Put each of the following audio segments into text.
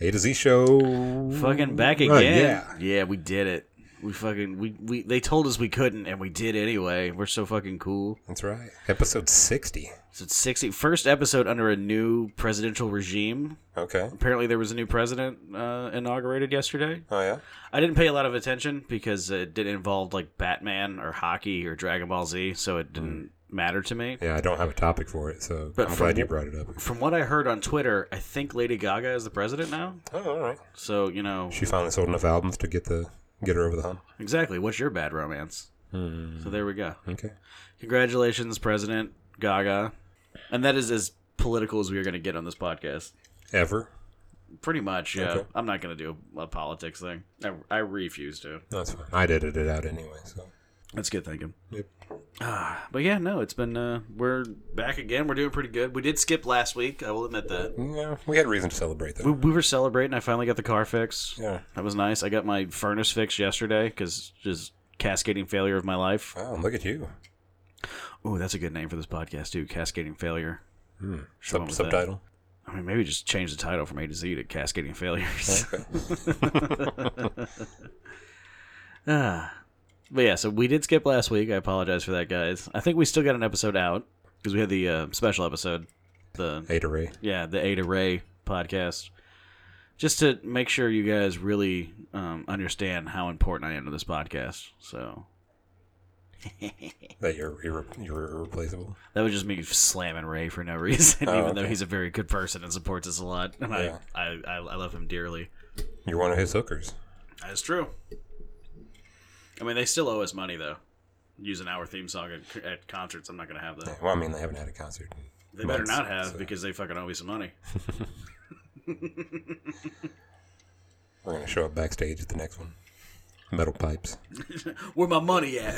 A to Z show. Fucking back Right, again. yeah. yeah, we did it. We fucking we, we they told us we couldn't and we did anyway. We're so fucking cool. That's right. Episode 60. So it's 60 first episode under a new presidential regime. Okay. Apparently there was a new president uh, inaugurated yesterday. Oh, yeah? I didn't pay a lot of attention because it didn't involve like Batman or hockey or Dragon Ball Z, so it didn't matter to me. Yeah, I don't have a topic for it, so But I'm from- glad you brought it up. From what I heard on Twitter, I think Lady Gaga is the president now. Oh, all right. So, you know, She finally sold enough albums to get the get her over the hump. exactly. What's your bad romance? So there we go. Okay. Congratulations, President Gaga. And that is as political as we are going to get on this podcast. Ever? Pretty much, yeah. Okay. I'm not going to do a, a politics thing. I, I refuse to. No, that's fine. I edited it out anyway, so. That's good thinking. Yep. Ah, but yeah, no, it's been, uh, we're back again. We're doing pretty good. We did skip last week. I will admit that. Yeah, we had reason to celebrate, We, though. we were celebrating. I finally got the car fixed. Yeah. That was nice. I got my furnace fixed yesterday because just cascading failure of my life. Wow, look at you. Oh, that's a good name for this podcast, too. Cascading failure. Sure Hmm. Sub- with that. subtitle. I mean, maybe just change the title from A to Z to Cascading Failures. Okay. Ah. but yeah, so we did skip last week. I apologize for that, guys. I think we still got an episode out because we had the uh, special episode, the A to Ray. yeah, the A to Ray podcast, just to make sure you guys really um, understand how important I am to this podcast. So That you're, irre- you're irreplaceable. that was just me slamming Ray for no reason, Oh, even though okay. he's a very good person and supports us a lot, and Yeah. I, I, I I love him dearly. You're one of his hookers. That's true. I mean, they still owe us money though. Using our theme song at, at concerts, I'm not gonna have that. Well, I mean, they haven't had a concert. in They better months, not have so because they fucking owe me some money. We're going to show up backstage at the next one. Metal pipes. Where my money at?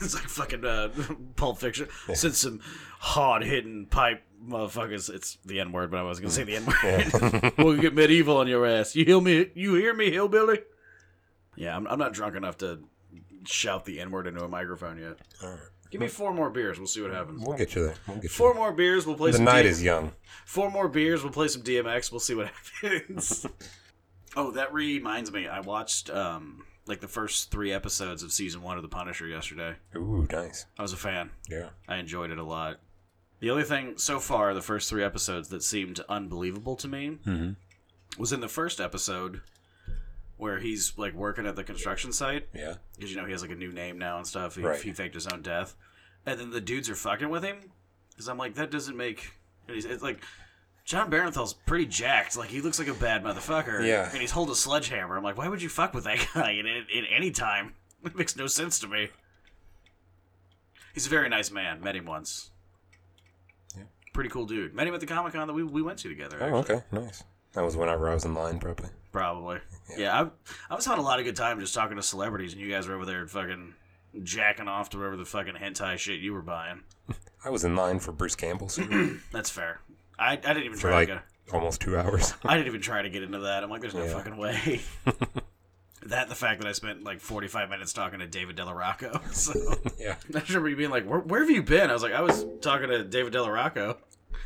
it's like fucking uh, Pulp Fiction. Since some hard hitting pipe motherfuckers, it's the N word, but I was gonna say the N word. we'll get medieval on your ass. You hear me? You hear me, hillbilly? Yeah, I'm, I'm not drunk enough to shout the N word into a microphone yet. All right. Give me four more beers. We'll see what happens. We'll get you there. We'll get Four you more beers. We'll play there. The some night D- is young. Four more beers. We'll play some DMX. We'll see what happens. oh, that reminds me. I watched um, like the first three episodes of season one of The Punisher yesterday. Ooh, nice. I was a fan. Yeah. I enjoyed it a lot. The only thing so far, the first three episodes that seemed unbelievable to me Mhm. was in the first episode where he's like working at the construction site Yeah. because you know he has like a new name now and stuff. He, Right. he faked his own death, and then the dudes are fucking with him. Because I'm like, that doesn't make. and he's- It's like John Barenthal's pretty jacked. Like he looks like a bad motherfucker. Yeah. and he's holding a sledgehammer. I'm like, why would you fuck with that guy in, in, in any time? It makes no sense to me. He's a very nice man. Met him once. Yeah. Pretty cool dude. Met him at the Comic Con that we, we went to together. Oh, okay. Nice. That was when I was in line, probably. Probably. Yeah, I, I was having a lot of good time just talking to celebrities, and you guys were over there fucking jacking off to whatever the fucking hentai shit you were buying. I was in line for Bruce Campbell's for That's fair. I, I didn't even try like to go. almost two hours. I didn't even try to get into that. I'm like, there's no Yeah. fucking way. that and the fact that I spent like 45 minutes talking to David Delarocco. So yeah. I remember you being like, where, where have you been? I was like, I was talking to David Delarocco.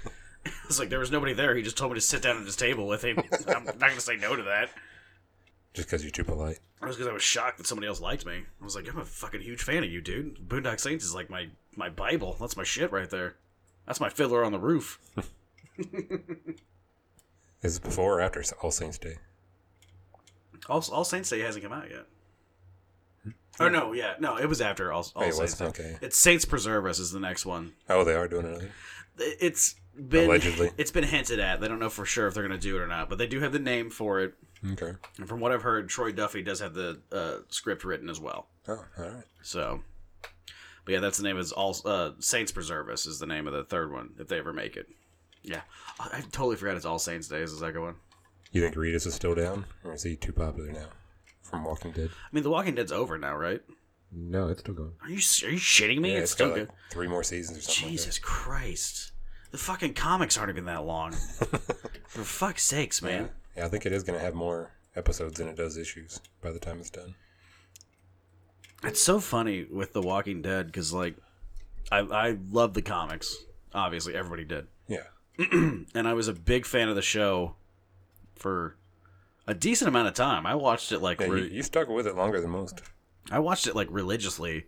It's like there was nobody there. He just told me to sit down at his table with him. I'm not gonna say no to that. Just because you're too polite. That was because I was shocked that somebody else liked me. I was like, I'm a fucking huge fan of you, dude. Boondock Saints is like my my bible. That's my shit right there. That's my fiddler on the roof. Is it before or after All Saints Day? All, All Saints Day hasn't come out yet. Oh no, yeah, no, it was after All, All Hey, it Saints. was? Day. Okay. It's Saints Preserve Us is the next one. Oh, they are doing another. It- It's been Allegedly. it's been hinted at. They don't know for sure if they're gonna do it or not, but they do have the name for it. Okay. And from what I've heard, Troy Duffy does have the uh, script written as well. Oh, all right. So, but yeah, that's the name. Is all uh, Saints Preserve Us is the name of the third one if they ever make it. Yeah, I, I totally forgot it's All Saints Day is the second one. You think Reedus is still down? Or is he too popular now? From Walking Dead? I mean, The Walking Dead's over now, right? No, it's still going. Are you are you shitting me? Yeah, it's, it's still got good. like three more seasons or something. Jesus Christ, the fucking comics aren't even that long. For fuck's sakes, Like that. man. Yeah. yeah, I think it is going to have more episodes than it does issues by the time it's done. It's so funny with The Walking Dead because like, I I love the comics. Obviously, everybody did. Yeah. and I was a big fan of the show for a decent amount of time. I watched it like Yeah, you, re- you stuck with it longer than most. I watched it like religiously,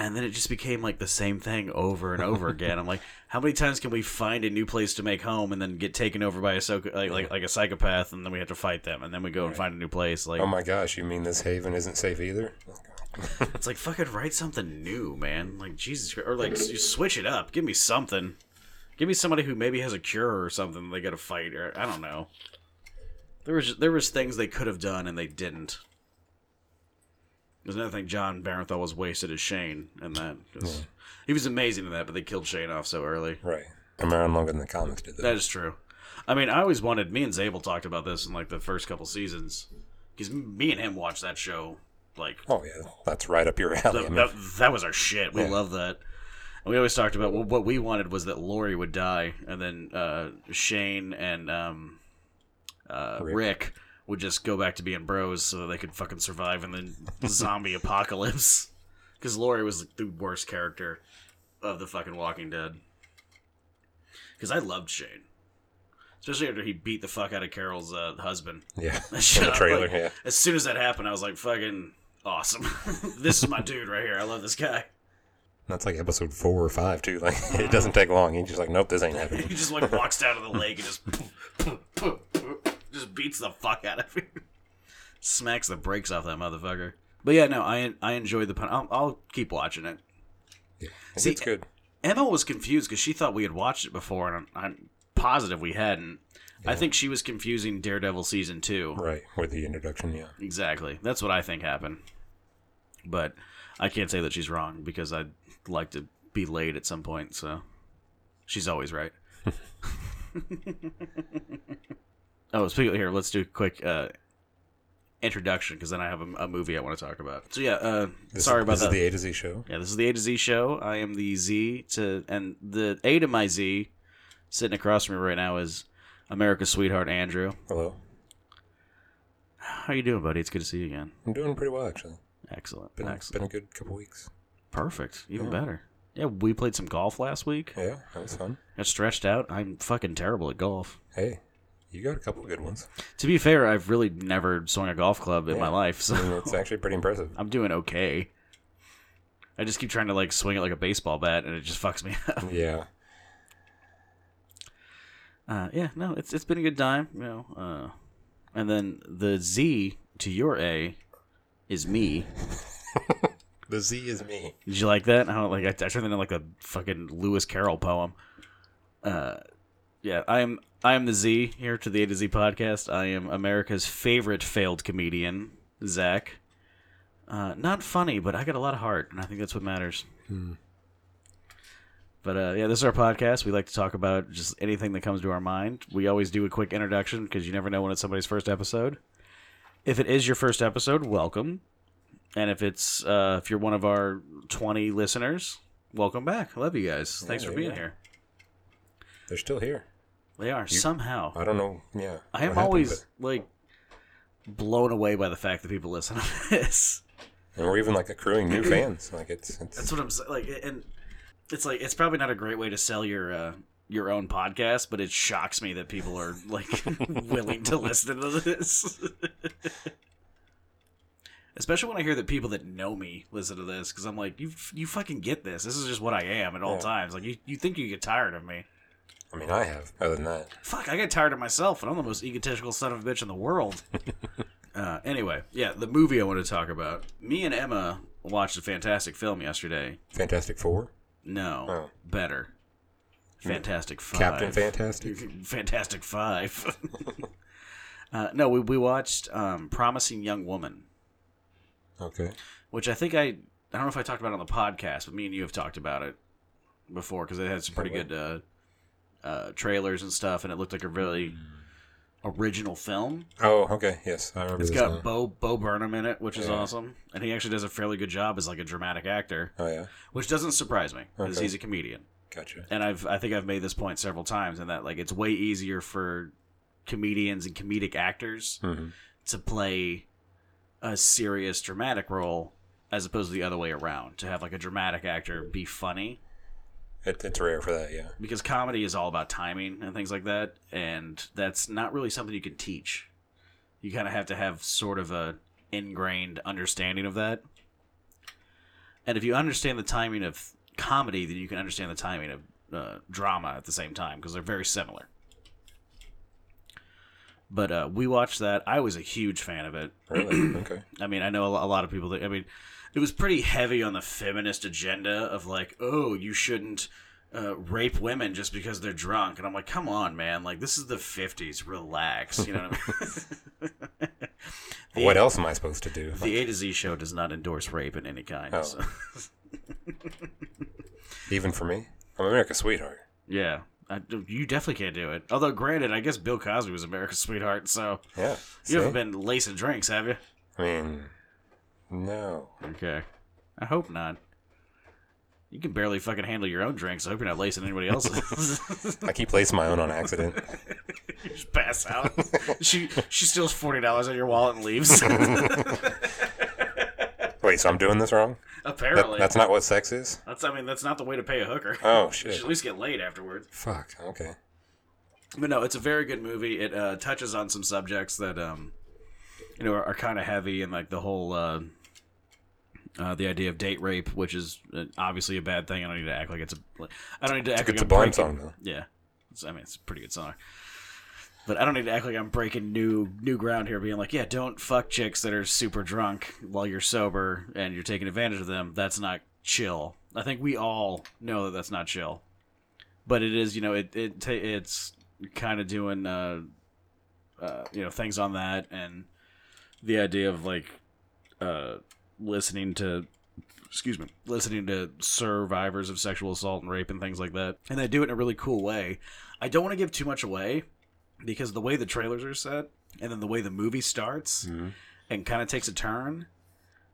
and then it just became like the same thing over and over again. I'm like, how many times can we find a new place to make home and then get taken over by a soc- like, like like a psychopath, and then we have to fight them, and then we go and find a new place. Like Oh my gosh, you mean this haven isn't safe either? it's like fucking write something new, man. Like Jesus, Christ- or like s- you switch it up. Give me something. Give me somebody who maybe has a cure or something. They got to fight, or I don't know. There was there was things they could have done and they didn't. There's another thing John Barenthal was wasted as Shane in that. 'cause He was amazing in that, but they killed Shane off so early. Right. I'm around longer than the comics did, though. That is true. I mean, I always wanted. Me and Zabel talked about this in like the first couple seasons, because me and him watched that show like Oh yeah, that's right up your alley. I mean, that, that was our shit. We love that. And we always talked about well, what we wanted was that Lori would die, and then uh, Shane and um, uh, Rick. would just go back to being bros so that they could fucking survive in the zombie apocalypse. Because Lori was like, the worst character of the fucking Walking Dead. Because I loved Shane, especially after he beat the fuck out of Carol's uh, husband. yeah, in Shut the up, trailer. like, yeah, As soon as that happened, I was like, fucking awesome. this is my dude right here. I love this guy. that's like episode four or five too. Like it doesn't take long. He's just like, nope, this ain't happening. He just like walks down to the lake and just poof, poof, poof, poof, just beats the fuck out of him. Smacks the brakes off that motherfucker. But yeah, no, I I enjoyed the pun. I'll, I'll keep watching it. It's See, good. Emma was confused because she thought we had watched it before, and I'm, I'm positive we hadn't. I think she was confusing Daredevil season two. Right with the introduction. Yeah, Exactly. That's what I think happened. But I can't say that she's wrong because I'd like to be laid at some point, so she's always right. oh, speaking of here, let's do a quick uh, introduction because then I have a, a movie I want to talk about. So yeah, uh, This sorry is, about this that. is the A to Z show. yeah, this is the A to Z show. I am the Z to and the A to my Z sitting across from me right now is America's sweetheart Andrew. Hello, How you doing, buddy? It's good to see you again. I'm doing pretty well actually. Excellent. Been, Excellent. been a good couple weeks. Perfect. Even better. Yeah, we played some golf last week. Yeah, that was fun. Got stretched out. I'm fucking terrible at golf. Hey, you got a couple good ones. To be fair, I've really never swung a golf club in my life, so And it's actually pretty impressive. I'm doing okay. I just keep trying to like swing it like a baseball bat, and it just fucks me up. Yeah, Uh, yeah, no, it's it's been a good time, you know. Uh, and then the Z to your A is me. the Z is me. Did you like that? How like I, I turned that into like a fucking Lewis Carroll poem. Uh, yeah, I am. I am the Z here to the A to Z podcast. I am America's favorite failed comedian, Zach. Uh, not funny, but I got a lot of heart, and I think that's what matters. But uh, yeah, this is our podcast. We like to talk about just anything that comes to our mind. We always do a quick introduction because you never know when it's somebody's first episode. If it is your first episode, welcome. And if it's uh, if you're one of our 20 listeners, welcome back. I love you guys. Thanks for there you being go. here. They're still here. They are somehow. I don't know. Yeah, I what am happened, always but- like blown away by the fact that people listen to this. and we're even like accruing new fans. Like it's, it's That's what I'm saying. Like, and it's like it's probably not a great way to sell your uh, your own podcast, but it shocks me that people are like willing to listen to this. Especially when I hear that people that know me listen to this, because I'm like, you you fucking get this. This is just what I am at all Yeah. times. Like, you, you think you get tired of me? I mean, I have. Other than that, fuck, I got tired of myself, and I'm the most egotistical son of a bitch in the world. uh, anyway, yeah, the movie I want to talk about. Me and Emma watched a fantastic film yesterday. Fantastic Four, No, Oh. Hmm. better. Fantastic Five. Captain Fantastic. Fantastic Five. uh, no, we, we watched um, Promising Young Woman, Okay, which I think I, I don't know if I talked about it on the podcast, but me and you have talked about it before because it had some pretty good uh, uh, trailers and stuff, and it looked like a really Mm. original film. Oh, okay. Yes, I remember It's this got now. Bo Bo Burnham in it, which is Yeah. awesome, and he actually does a fairly good job as like a dramatic actor, oh yeah, which doesn't surprise me because Okay. he's a comedian. gotcha. And I've I think I've made this point several times, in that like it's way easier for comedians and comedic actors hmm to play a serious dramatic role as opposed to the other way around to have like a dramatic actor be funny It, it's rare for that, yeah. because comedy is all about timing and things like that and that's not really something you can teach you kind of have to have sort of a ingrained understanding of that and if you understand the timing of comedy then you can understand the timing of uh, drama at the same time because they're very similar but uh, we watched that i was a huge fan of it Really? okay. I mean, I know a lo- a lot of people that, I mean, it was pretty heavy on the feminist agenda of like, oh, you shouldn't uh, rape women just because they're drunk. And I'm like, come on, man. Like, this is the 50s. Relax. You know what I mean? what else am I supposed to do? the A to Z show does not endorse rape in any kind. Oh. so- Even for me? I'm America's sweetheart. yeah. I, you definitely can't do it. Although, granted, I guess Bill Cosby was America's sweetheart, so Yeah. you haven't see? been lacing drinks, have you? I mean, no. Okay. I hope not. You can barely fucking handle your own drinks. I hope you're not lacing anybody else's. I keep placing my own on accident. just pass out. she she steals forty dollars out of your wallet and leaves. Wait, so I'm doing this wrong? That- Apparently, that's, that's not what sex is? I mean that's not the way to pay a hooker. Oh, You should shit. at least get laid afterwards. Fuck. Okay. But no, it's a very good movie. It uh, touches on some subjects that um, you know, are, are kind of heavy and like the whole uh, uh, the idea of date rape, which is uh, obviously a bad thing. I don't need to act like it's a. like, I don't need to act like It's a I'm Barn breaking- song, though. Yeah, it's, I mean it's a pretty good song. But I don't need to act like I'm breaking new new ground here, being like, yeah, don't fuck chicks that are super drunk while you're sober and you're taking advantage of them. That's not chill. I think we all know that that's not chill. But it is, you know, it it ta- it's kind of doing, uh, uh, you know, things on that and the idea of like uh, listening to excuse me, listening to survivors of sexual assault and rape and things like that. And they do it in a really cool way. I don't want to give too much away because the way the trailers are set and then the way the movie starts and kind of takes a turn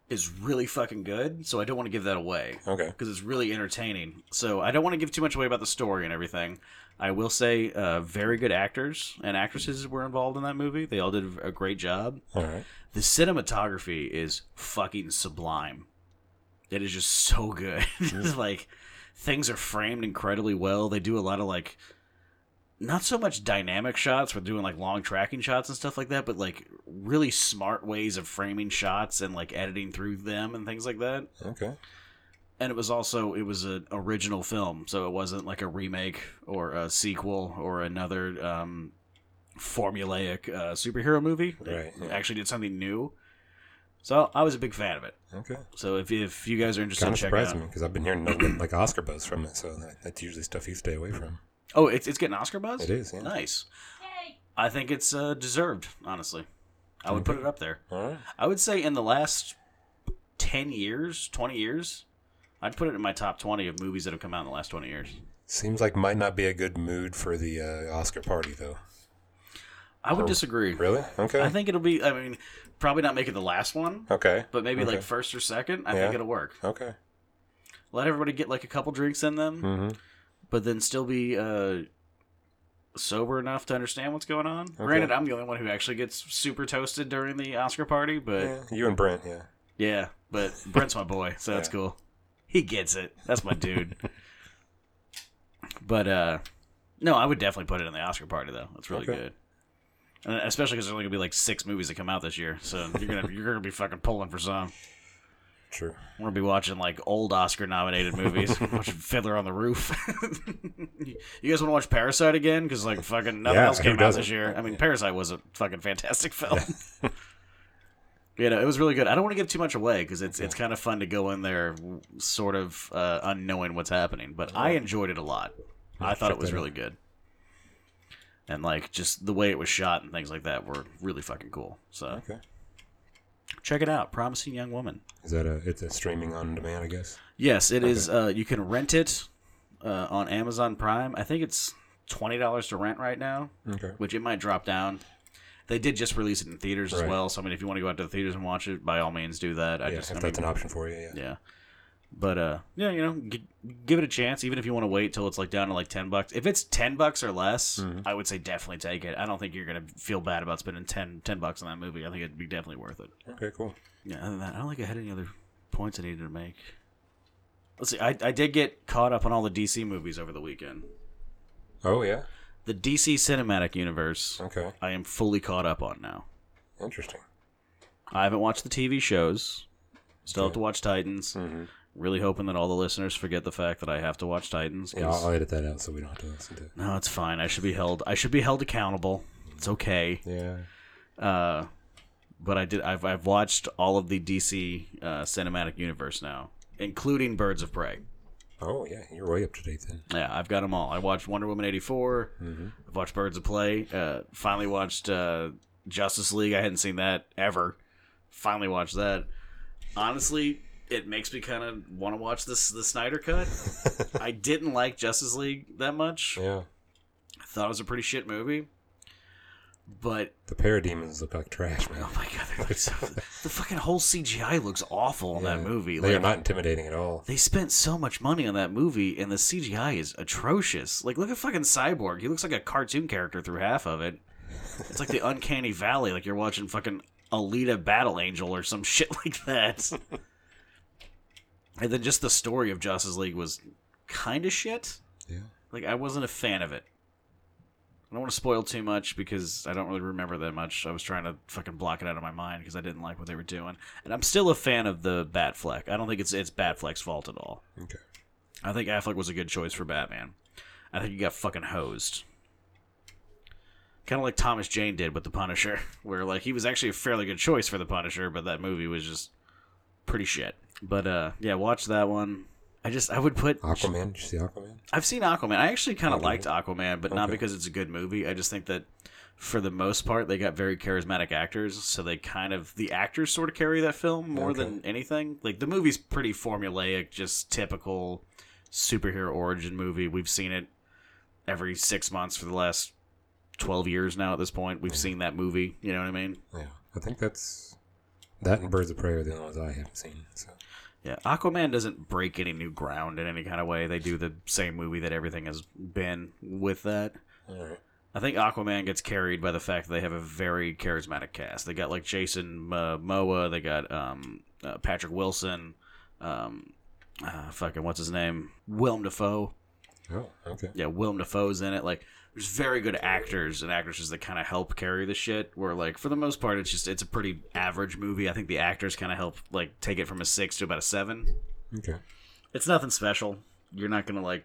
is really fucking good. So I don't want to give that away Okay. because it's really entertaining. So I don't want to give too much away about the story and everything. I will say, uh, very good actors and actresses were involved in that movie. They all did a great job. All right. The cinematography is fucking sublime. It is just so good. like things are framed incredibly well. They do a lot of like not so much dynamic shots for doing like long tracking shots and stuff like that, but like really smart ways of framing shots and like editing through them and things like that. Okay. And it was also it was an original film, so it wasn't like a remake or a sequel or another um, formulaic uh, superhero movie. They Right, yeah. Actually, did something new. So I was a big fan of it. Okay. So if, if you guys are interested, Kind of check it surprised out. me because I've been hearing nothing like Oscar buzz from it, so that, that's usually stuff you stay away from. Oh, it's it's getting Oscar buzz. It is, yeah. nice. I think it's uh, deserved. Honestly, I would put it up there. All right. I would say in the last ten years, twenty years, I'd put it in my top twenty of movies that have come out in the last twenty years. Seems like might not be a good mood for the uh, Oscar party, though. I Oh. would disagree. Really? Okay. I think it'll be. I mean, probably not make it the last one, okay. but maybe Okay. like first or second. I Yeah. think it'll work. Okay. Let everybody get like a couple drinks in them, Mm-hmm. but then still be uh, sober enough to understand what's going on. Granted, I'm the only one who actually gets super toasted during the Oscar party, but yeah, Yeah, you and Brent, yeah. but Brent's my boy, so that's Yeah. cool. He gets it. That's my dude. but uh, no, I would definitely put it in the Oscar party though. That's really Okay. good. And especially because there's only gonna be like six movies that come out this year, so you're gonna you're gonna be fucking pulling for some. True. We're gonna be watching like old Oscar nominated movies. watching Fiddler on the Roof. you guys want to watch Parasite again? Because like fucking nothing Yeah, else who came out this doesn't? year. I mean, Parasite was a fucking fantastic film. you know, it was really good. I don't want to give too much away because it's it's kind of fun to go in there, w- sort of uh, unknowing what's happening. But I enjoyed it a lot. I thought it check was that really good. And like just the way it was shot and things like that were really fucking cool. So Okay. check it out, Promising Young Woman. Is that a? It's a streaming on demand, I guess. Yes, it is. Uh, you can rent it uh, on Amazon Prime. I think it's twenty dollars to rent right now, Okay. which it might drop down. They did just release it in theaters as Right. well, so I mean, if you want to go out to the theaters and watch it, by all means, do that. I Yeah, just, if I that's mean, an option for you, yeah. yeah. But uh, yeah, you know, g- give it a chance. Even if you want to wait till it's like down to like ten bucks, if it's ten bucks or less, Mm-hmm. I would say definitely take it. I don't think you're gonna feel bad about spending 10, 10 bucks on that movie. I think it'd be definitely worth it. Okay, cool. Yeah, other than that, I don't think I had any other points I needed to make. Let's see. I, I did get caught up on all the DC movies over the weekend. Oh yeah. The DC cinematic universe, Okay. I am fully caught up on now. Interesting. I haven't watched the TV shows. Still have to watch Titans. Really hoping that all the listeners forget the fact that I have to watch Titans. 'cause- Yeah, I'll, I'll edit that out so we don't have to listen to it. No, it's fine. I should be held. I should be held accountable. It's okay. Yeah. Uh, but I did. I've I've watched all of the DC uh, cinematic universe now, including Birds of Prey. Oh yeah, you're way up to date then. Yeah, I've got them all. I watched Wonder Woman 84. Mm-hmm. I've watched Birds of Play. Uh, finally watched uh, Justice League. I hadn't seen that ever. Finally watched that. Honestly, it makes me kind of want to watch this the Snyder cut. I didn't like Justice League that much. Yeah. I thought it was a pretty shit movie. But The parademons look like trash, man. oh my god, they're like so, the fucking whole CGI looks awful in that Yeah. movie. They Like, are not intimidating at all. they spent so much money on that movie, and the CGI is atrocious. Like, look at fucking Cyborg. He looks like a cartoon character through half of it. It's like the Uncanny Valley, like you're watching fucking Alita Battle Angel or some shit like that. and then just the story of Justice League was kind of shit. Yeah. Like, I wasn't a fan of it. I don't want to spoil too much because I don't really remember that much. I was trying to fucking block it out of my mind because I didn't like what they were doing. And I'm still a fan of the Batfleck. I don't think it's it's Batfleck's fault at all. Okay. I think Affleck was a good choice for Batman. I think he got fucking hosed. Kind of like Thomas Jane did with The Punisher, where like he was actually a fairly good choice for The Punisher, but that movie was just pretty shit. But uh yeah, watch that one. I just I would put Aquaman. Did you see Aquaman? I've seen Aquaman. I actually kind of Aquaman. liked Aquaman, but not Okay. because it's a good movie. I just think that for the most part, they got very charismatic actors, so they kind of the actors sort of carry that film more Okay. than anything. Like the movie's pretty formulaic, just typical superhero origin movie. We've seen it every six months for the last twelve years now. At this point, we've seen that movie. You know what I mean? Yeah. I think that's that and Birds of Prey are the only ones I haven't seen. So Yeah, Aquaman doesn't break any new ground in any kind of way. They do the same movie that everything has been with that. all right. I think Aquaman gets carried by the fact that they have a very charismatic cast. They got like Jason uh, Moa, they got um, uh, Patrick Wilson, um, uh, fucking what's his name, Willem Dafoe. Oh, okay. Yeah, Willem Dafoe's in it. Like, there's very good actors and actresses that kind of help carry the shit. Where like for the most part, it's just it's a pretty average movie. I think the actors kind of help like take it from a six to about a seven. Okay. It's nothing special. You're not gonna like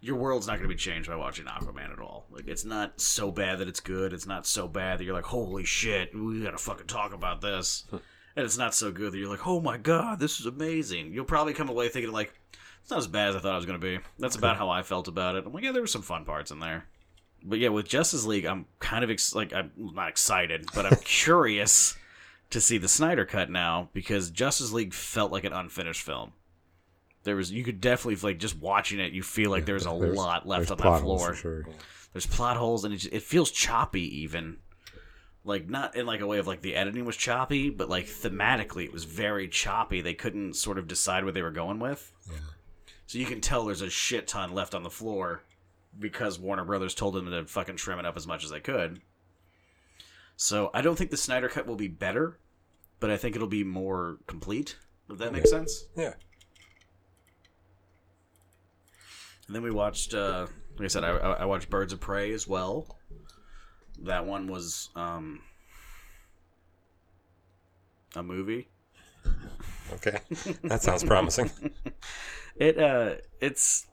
your world's not gonna be changed by watching Aquaman at all. Like it's not so bad that it's good. It's not so bad that you're like, holy shit, we gotta fucking talk about this. and it's not so good that you're like, oh my god, this is amazing. You'll probably come away thinking like, it's not as bad as I thought it was gonna be. That's about how I felt about it. I'm like, yeah, there were some fun parts in there. But yeah, with Justice League, I'm kind of ex- like I'm not excited, but I'm curious to see the Snyder cut now because Justice League felt like an unfinished film. There was you could definitely like just watching it, you feel like there's a There's- lot left there's on that plot holes floor. for sure. Yeah. There's plot holes and it, just, it feels choppy even. Like not in like a way of like the editing was choppy, but like thematically it was very choppy. They couldn't sort of decide what they were going with. Yeah. So you can tell there's a shit ton left on the floor because Warner Brothers told them to fucking trim it up as much as they could. So I don't think the Snyder cut will be better, but I think it'll be more complete. If that makes sense. Yeah. And then we watched, uh, like I said, I, I I watched Birds of Prey as well. That one was um, a movie. Okay. that sounds promising. It uh, it's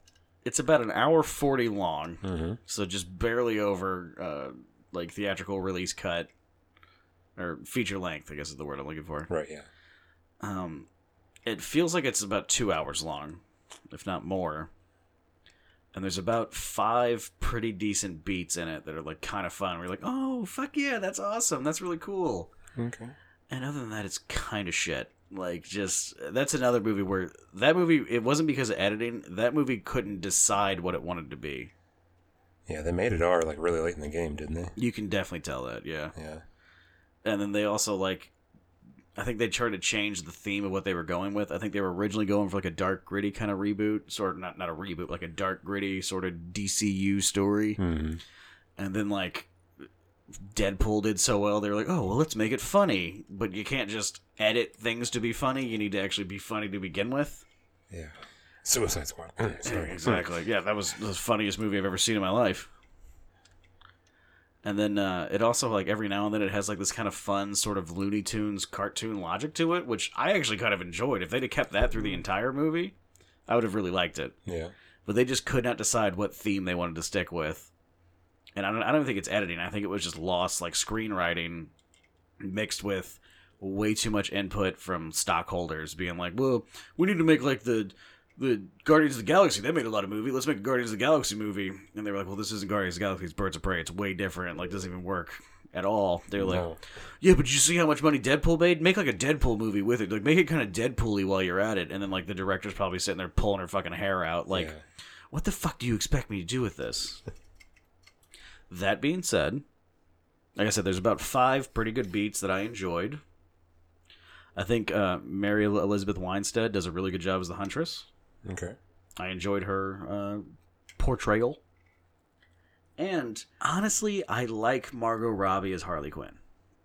it's about an hour forty long, Mm-hmm. so just barely over uh, like theatrical release cut or feature length. I guess is the word I'm looking for. Right. Yeah. Um, it feels like it's about two hours long, if not more. And there's about five pretty decent beats in it that are like kind of fun. We're like, oh fuck yeah, that's awesome, that's really cool. Okay. And other than that, it's kind of shit. Like, just that's another movie where that movie it wasn't because of editing. That movie couldn't decide what it wanted to be. Yeah, they made it R like really late in the game, didn't they? You can definitely tell that, yeah. Yeah. and then they also like I think they tried to change the theme of what they were going with. I think they were originally going for like a dark gritty kind of reboot, sort of not not a reboot, like a dark gritty sort of DCU story. Mm-hmm. And then like Deadpool did so well, they were like, "Oh, well, let's make it funny." But you can't just edit things to be funny. You need to actually be funny to begin with. Yeah. Suicide Squad. Mm, sorry. Exactly. Yeah, that was the funniest movie I've ever seen in my life. And then uh, it also like every now and then it has like this kind of fun sort of Looney Tunes cartoon logic to it, which I actually kind of enjoyed. If they'd have kept that through the entire movie, I would have really liked it. Yeah. But they just could not decide what theme they wanted to stick with. And I don't, I don't think it's editing. I think it was just lost like screenwriting mixed with way too much input from stockholders being like, "Well, we need to make like the the Guardians of the Galaxy. They made a lot of movie. Let's make a Guardians of the Galaxy movie." And they were like, "Well, this isn't Guardians of the Galaxy. It's Birds of Prey. It's way different. Like, doesn't even work at all." They were like, No. "Yeah, but you see how much money Deadpool made? Make like a Deadpool movie with it. Like, make it kind of Deadpool-y while you're at it." And then like the director's probably sitting there pulling her fucking hair out, like, Yeah. "What the fuck do you expect me to do with this?" that being said like I said, there's about five pretty good beats that I enjoyed. I think uh, Mary El- Elizabeth Winstead does a really good job as the Huntress. Okay. I enjoyed her uh, portrayal. And honestly, I like Margot Robbie as Harley Quinn.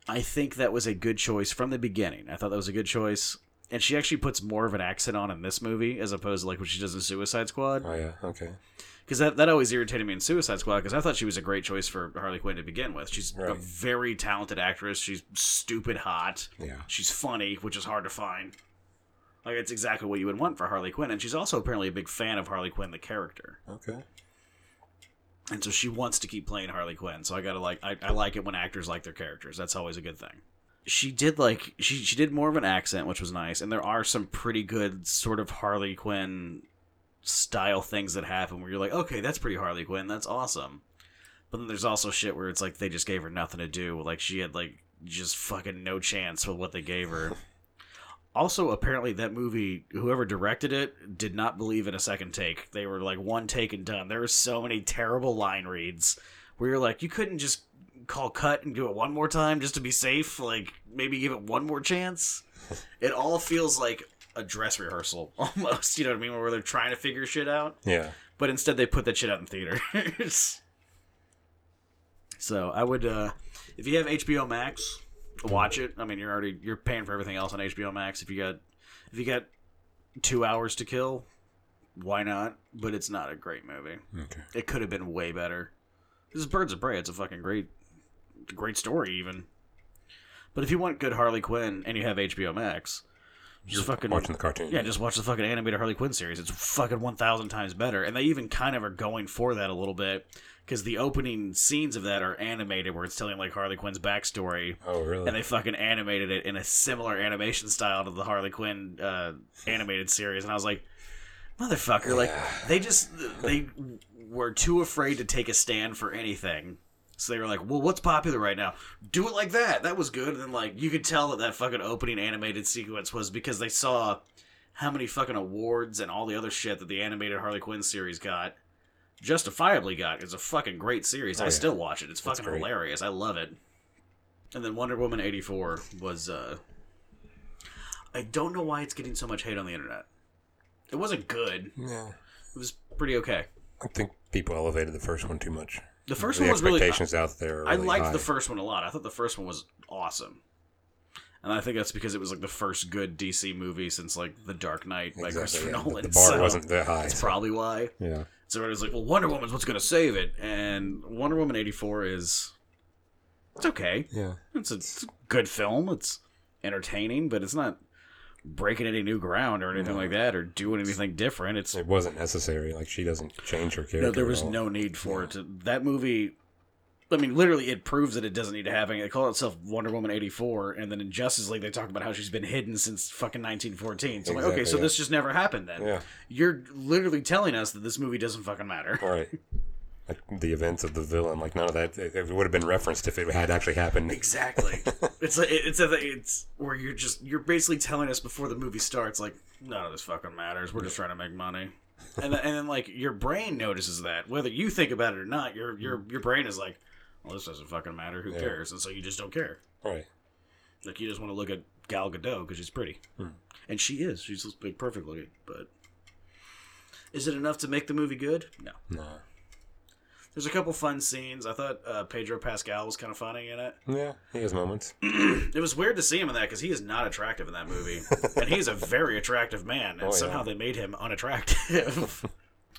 I think that was a good choice from the beginning. I thought that was a good choice. And she actually puts more of an accent on in this movie as opposed to like what she does in Suicide Squad Oh yeah. Okay. because that, that always irritated me in Suicide Squad because I thought she was a great choice for Harley Quinn to begin with. She's a Right. very talented actress. She's stupid hot. Yeah. She's funny, which is hard to find. Like it's exactly what you would want for Harley Quinn, and she's also apparently a big fan of Harley Quinn the character, Okay. and so she wants to keep playing Harley Quinn. So I gotta like I, I like it when actors like their characters. That's always a good thing. She did like she she did more of an accent, which was nice, and there are some pretty good sort of Harley Quinn style things that happen where you're like, okay, that's pretty Harley Quinn. That's awesome. But then there's also shit where it's like they just gave her nothing to do. Like she had like just fucking no chance with what they gave her. also, apparently that movie, whoever directed it, did not believe in a second take. They were like one take and done. There were so many terrible line reads where you're like, you couldn't just call cut and do it one more time just to be safe. Like maybe give it one more chance. it all feels like a dress rehearsal almost. You know what I mean? Where they're trying to figure shit out Yeah. but instead they put that shit out in theaters. so I would, uh, if you have HBO Max, watch it. I mean, you're already you're paying for everything else on HBO Max. If you got if you got two hours to kill, why not? But it's not a great movie. Okay. It could have been way better. This is Birds of Prey. It's a fucking great, great story even. But if you want good Harley Quinn and you have HBO Max, just fucking Watching the cartoon. yeah, just watch the fucking animated Harley Quinn series. It's fucking 1,000 times better. And they even kind of are going for that a little bit because the opening scenes of that are animated where it's telling like Harley Quinn's backstory. Oh really? And they fucking animated it in a similar animation style to the Harley Quinn uh, animated series. And I was like, motherfucker, like they just, they were too afraid to take a stand for anything. So they were like, well, what's popular right now? Do it like that. That was good. And then, like, you could tell that that fucking opening animated sequence was because they saw how many fucking awards and all the other shit that the animated Harley Quinn series got. Justifiably got. It's a fucking great series. I Oh, yeah. still watch it. It's fucking great. hilarious. I love it. And then Wonder Woman 84 was, uh. I don't know why it's getting so much hate on the internet. It wasn't good. yeah. It was pretty okay. I think people elevated the first one too much. The first the one was really. expectations out there. Are I really liked high. the first one a lot. I thought the first one was awesome. And I think that's because it was like the first good DC movie since like The Dark Knight by Exactly, Christopher yeah. Nolan. The bar so wasn't that high. That's probably why. yeah. So everybody's like, "Well, Wonder Woman's what's going to save it," and Wonder Woman eighty four is it's okay. Yeah. It's a, it's a good film. It's entertaining, but it's not breaking any new ground or anything like that, or doing anything different. It's It wasn't necessary. Like she doesn't change her character. no, there at was all. no need for it. To, that movie, I mean, literally, it proves that it doesn't need to have any. They call itself Wonder Woman eighty four, and then in Justice League, they talk about how she's been hidden since fucking nineteen fourteen. So I'm like, Exactly, okay, so yeah. this just never happened then. Yeah. You're literally telling us that this movie doesn't fucking matter. All right. Like the events of the villain, like none of that. It, it would have been referenced if it had actually happened. Exactly. it's like it's a, it's where you're just you're basically telling us before the movie starts, like none of this fucking matters. We're just trying to make money. And then, and then like your brain notices that whether you think about it or not, your your your brain is like, well, this doesn't fucking matter. Who cares? And so you just don't care. All right. Like you just want to look at Gal Gadot because she's pretty, and she is. She's like perfect looking. But is it enough to make the movie good? No. No. There's a couple fun scenes. I thought uh, Pedro Pascal was kind of funny in it. Yeah, he has moments. It was weird to see him in that because he is not attractive in that movie, and he's a very attractive man, and yeah. somehow they made him unattractive.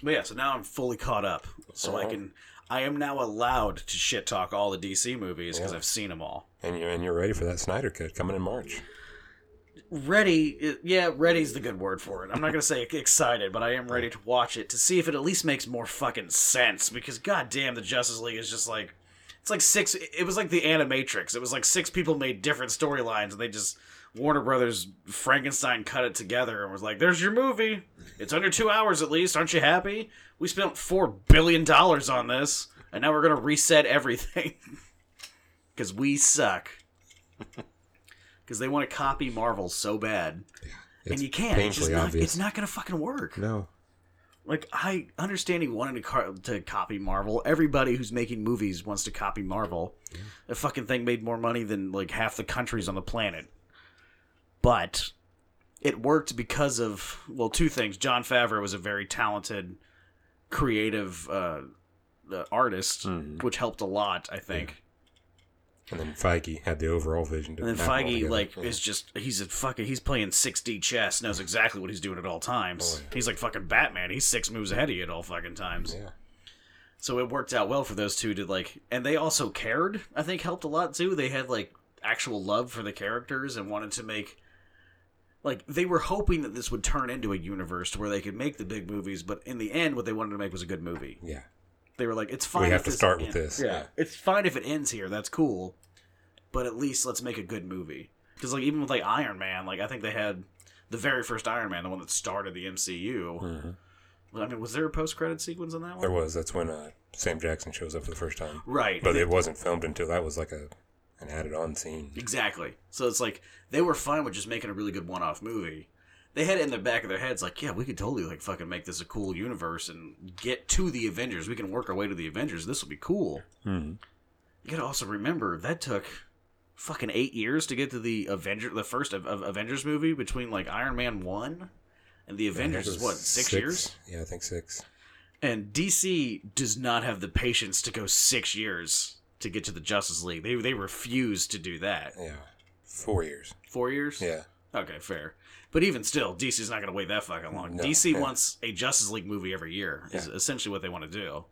but yeah, so now I'm fully caught up, so I can. I am now allowed to shit talk all the DC movies because I've seen them all. And you're and you're ready for that Snyder cut coming in March. ready i- yeah ready's the good word for it i'm not gonna say excited but i am ready to watch it to see if it at least makes more fucking sense because goddamn the justice league is just like it's like six it was like the animatrix it was like six people made different storylines and they just warner brothers frankenstein cut it together and was like there's your movie it's under two hours at least aren't you happy we spent four billion dollars on this and now we're gonna reset everything because we suck because they want to copy Marvel so bad, and It's you can't. It's just painfully not. obvious. It's not going to fucking work. No. Like I understand he wanted to, car- to copy Marvel. Everybody who's making movies wants to copy Marvel. The fucking thing made more money than like half the countries on the planet. But it worked because of well, two things. John Favreau was a very talented, creative uh, uh, artist, Mm-hmm. which helped a lot, I think. And then Feige had the overall vision. To And then map it all Feige, together. like, Yeah. is just, he's a fucking, he's playing 6D chess, knows exactly what he's doing at all times. Oh, He's like fucking Batman. He's six moves ahead of you at all fucking times. Yeah. So it worked out well for those two to, like, and they also cared, I think helped a lot too. They had, like, actual love for the characters and wanted to make, like, they were hoping that this would turn into a universe to where they could make the big movies, but in the end, what they wanted to make was a good movie. yeah. They were like, it's fine. have if to this start with ends- this. Yeah. Yeah. it's fine if it ends here. That's cool, but at least let's make a good movie. Because like even with like Iron Man, like I think they had the very first Iron Man, the one that started the MCU. I mean, was there a post credit sequence on that one? Mm-hmm. There was. That's when uh, Sam Jackson shows up for the first time. Right. But it wasn't filmed until that was like a an added on scene. Exactly. So it's like they were fine with just making a really good one-off movie. They had it in the back of their heads, like, yeah, we could totally like fucking make this a cool universe and get to the Avengers. We can work our way to the Avengers. This will be cool. You gotta also remember that took fucking eight years to get to the Avenger, the first of, of Avengers movie between like Iron Man one and the Avengers is what six, years, Yeah, I think six. and DC does not have the patience to go six years to get to the Justice League. They they refuse to do that. Yeah. Four years. Four years, Yeah. Okay, fair. But even still, DC's not going to wait that fucking long. No, DC yeah. wants a Justice League movie every year. Is essentially what they want to do.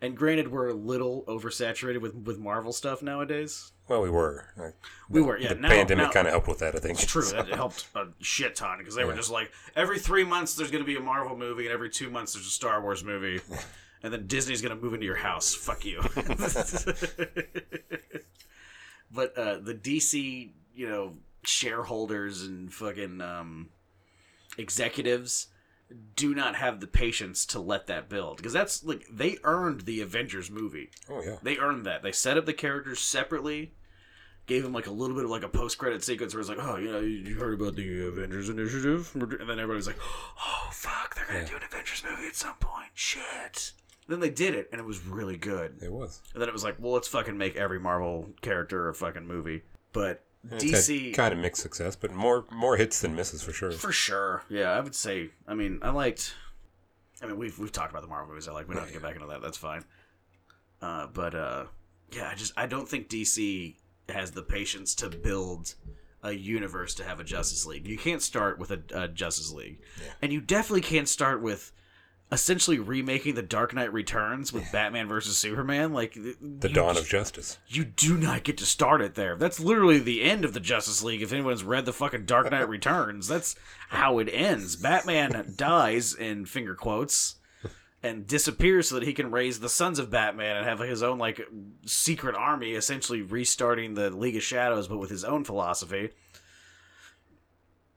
And granted, we're a little oversaturated with with Marvel stuff nowadays. Well, we were. Like, We were, yeah. the now, pandemic now- kind of helped with that, I think. it's true. It helped a shit ton because they were just like every three months there's going to be a Marvel movie, and every two months there's a Star Wars movie, and then Disney's going to move into your house. Fuck you. but uh, the DC, you know, shareholders and fucking um, executives do not have the patience to let that build because that's like they earned the Avengers movie. Oh yeah. They earned that. They set up the characters separately, gave him like a little bit of like a post credit sequence where it's like, oh, you know, you- you heard about the Avengers Initiative, and then everybody's like, oh fuck, they're gonna do an Avengers movie at some point. Shit. Then they did it, and it was really good. It was. And then it was like, well, let's fucking make every Marvel character a fucking movie. But DC, kind of mixed success, but more more hits than misses for sure. for sure. Yeah, I would say. I mean, I liked. I mean, we've we've talked about the Marvel movies. I like. We don't have to get back into that. That's fine. Uh, but uh, yeah, I just I don't think DC has the patience to build a universe to have a Justice League. You can't start with a, a Justice League, and you definitely can't start with essentially remaking the Dark Knight Returns with Batman versus Superman. Like the The dawn of justice. you do not get to start it there. That's literally the end of the Justice League. If anyone's read the fucking Dark Knight Returns, that's how it ends. Batman dies in finger quotes and disappears so that he can raise the sons of Batman and have his own like secret army, essentially restarting the League of Shadows, but with his own philosophy.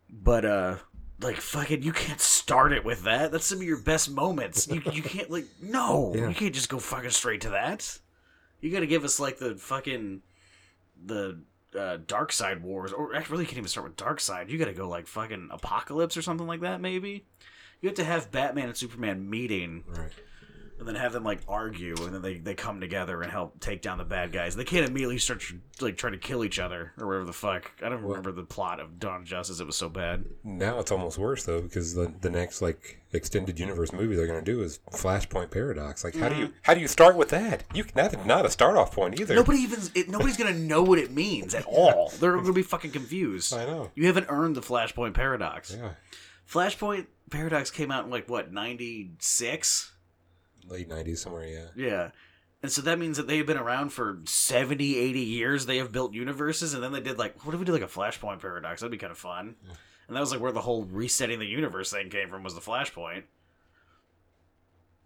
But uh like fucking you can't start it with that. That's some of your best moments. You you can't like no. You can't just go fucking straight to that. You gotta give us like the fucking the uh, Dark Side Wars, or actually really can't even start with Dark Side. You gotta go like fucking Apocalypse or something like that, maybe. You have to have Batman and Superman meeting Right. and then have them like argue, and then they, they come together and help take down the bad guys. They can't immediately start like trying to kill each other or whatever the fuck. I don't remember the plot of Dawn of Justice. It was so bad. Now it's almost worse though because the, the next like extended universe movie they're going to do is Flashpoint Paradox. Like how do Mm. you how do you start with that? You not not a start off point either. Nobody even it, nobody's gonna know what it means at all. They're gonna be fucking confused. I know. You haven't earned the Flashpoint Paradox. Yeah, Flashpoint Paradox came out in like what ninety six. late nineties somewhere. Yeah, Yeah. And so that means that they have been around for 70, 80 years. They have built universes, and then they did like, what if we did like a Flashpoint paradox? That'd be kind of fun. And that was like where the whole resetting the universe thing came from was the Flashpoint.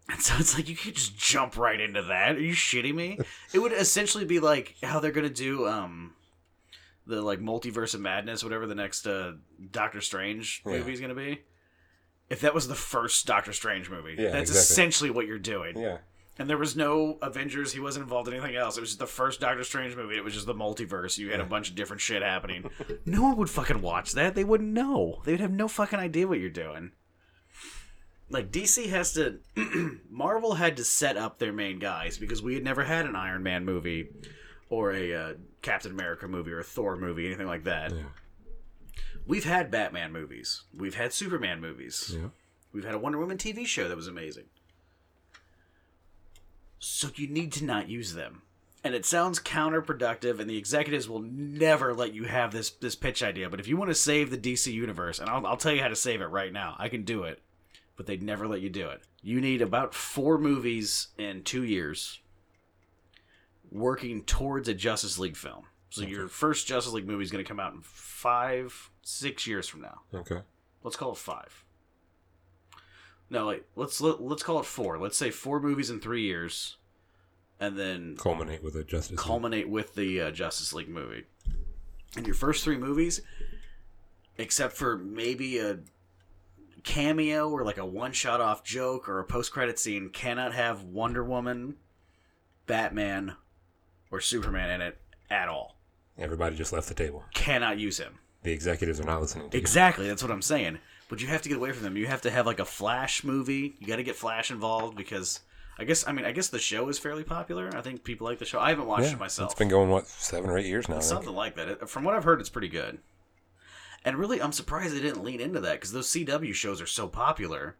And so it's like you can't just jump right into that. Are you shitting me? It would essentially be like how they're gonna do um the like multiverse of madness, whatever the next uh Doctor Strange Yeah. movie is gonna be. If that was the first Doctor Strange movie, Yeah, that's exactly. essentially what you're doing. yeah. And there was no Avengers. He wasn't involved in anything else. It was just the first Doctor Strange movie. It was just the multiverse. You had a bunch of different shit happening. no one would fucking watch that. They wouldn't know. They would have no fucking idea what you're doing. Like DC has to, Marvel had to set up their main guys because we had never had an Iron Man movie, or a uh, Captain America movie, or a Thor movie, anything like that. Yeah. We've had Batman movies. We've had Superman movies. Yeah. We've had a Wonder Woman TV show that was amazing. So you need to not use them. And it sounds counterproductive, and the executives will never let you have this this pitch idea. But if you want to save the DC universe, and I'll, I'll tell you how to save it right now, I can do it. But they'd never let you do it. You need about four movies in two years, working towards a Justice League film. So your first Justice League movie is going to come out in five, six years from now. Okay. Let's call it five. No, like let's let, let's call it four. Let's say four movies in three years, and then Culminate with a Justice. League. culminate with the uh, Justice League movie. And your first three movies, except for maybe a cameo or like a one-shot off joke or a post-credit scene, cannot have Wonder Woman, Batman, or Superman in it at all. Everybody just left the table. Cannot use him. The executives are not listening to you. Exactly, that's what I'm saying. But you have to get away from them. You have to have like a Flash movie. You got to get Flash involved because I guess I mean I guess the show is fairly popular. I think people like the show. I haven't watched Yeah, it myself. It's been going what seven or eight years now. I think. Something like that. It- From what I've heard, it's pretty good. And really, I'm surprised they didn't lean into that because those CW shows are so popular,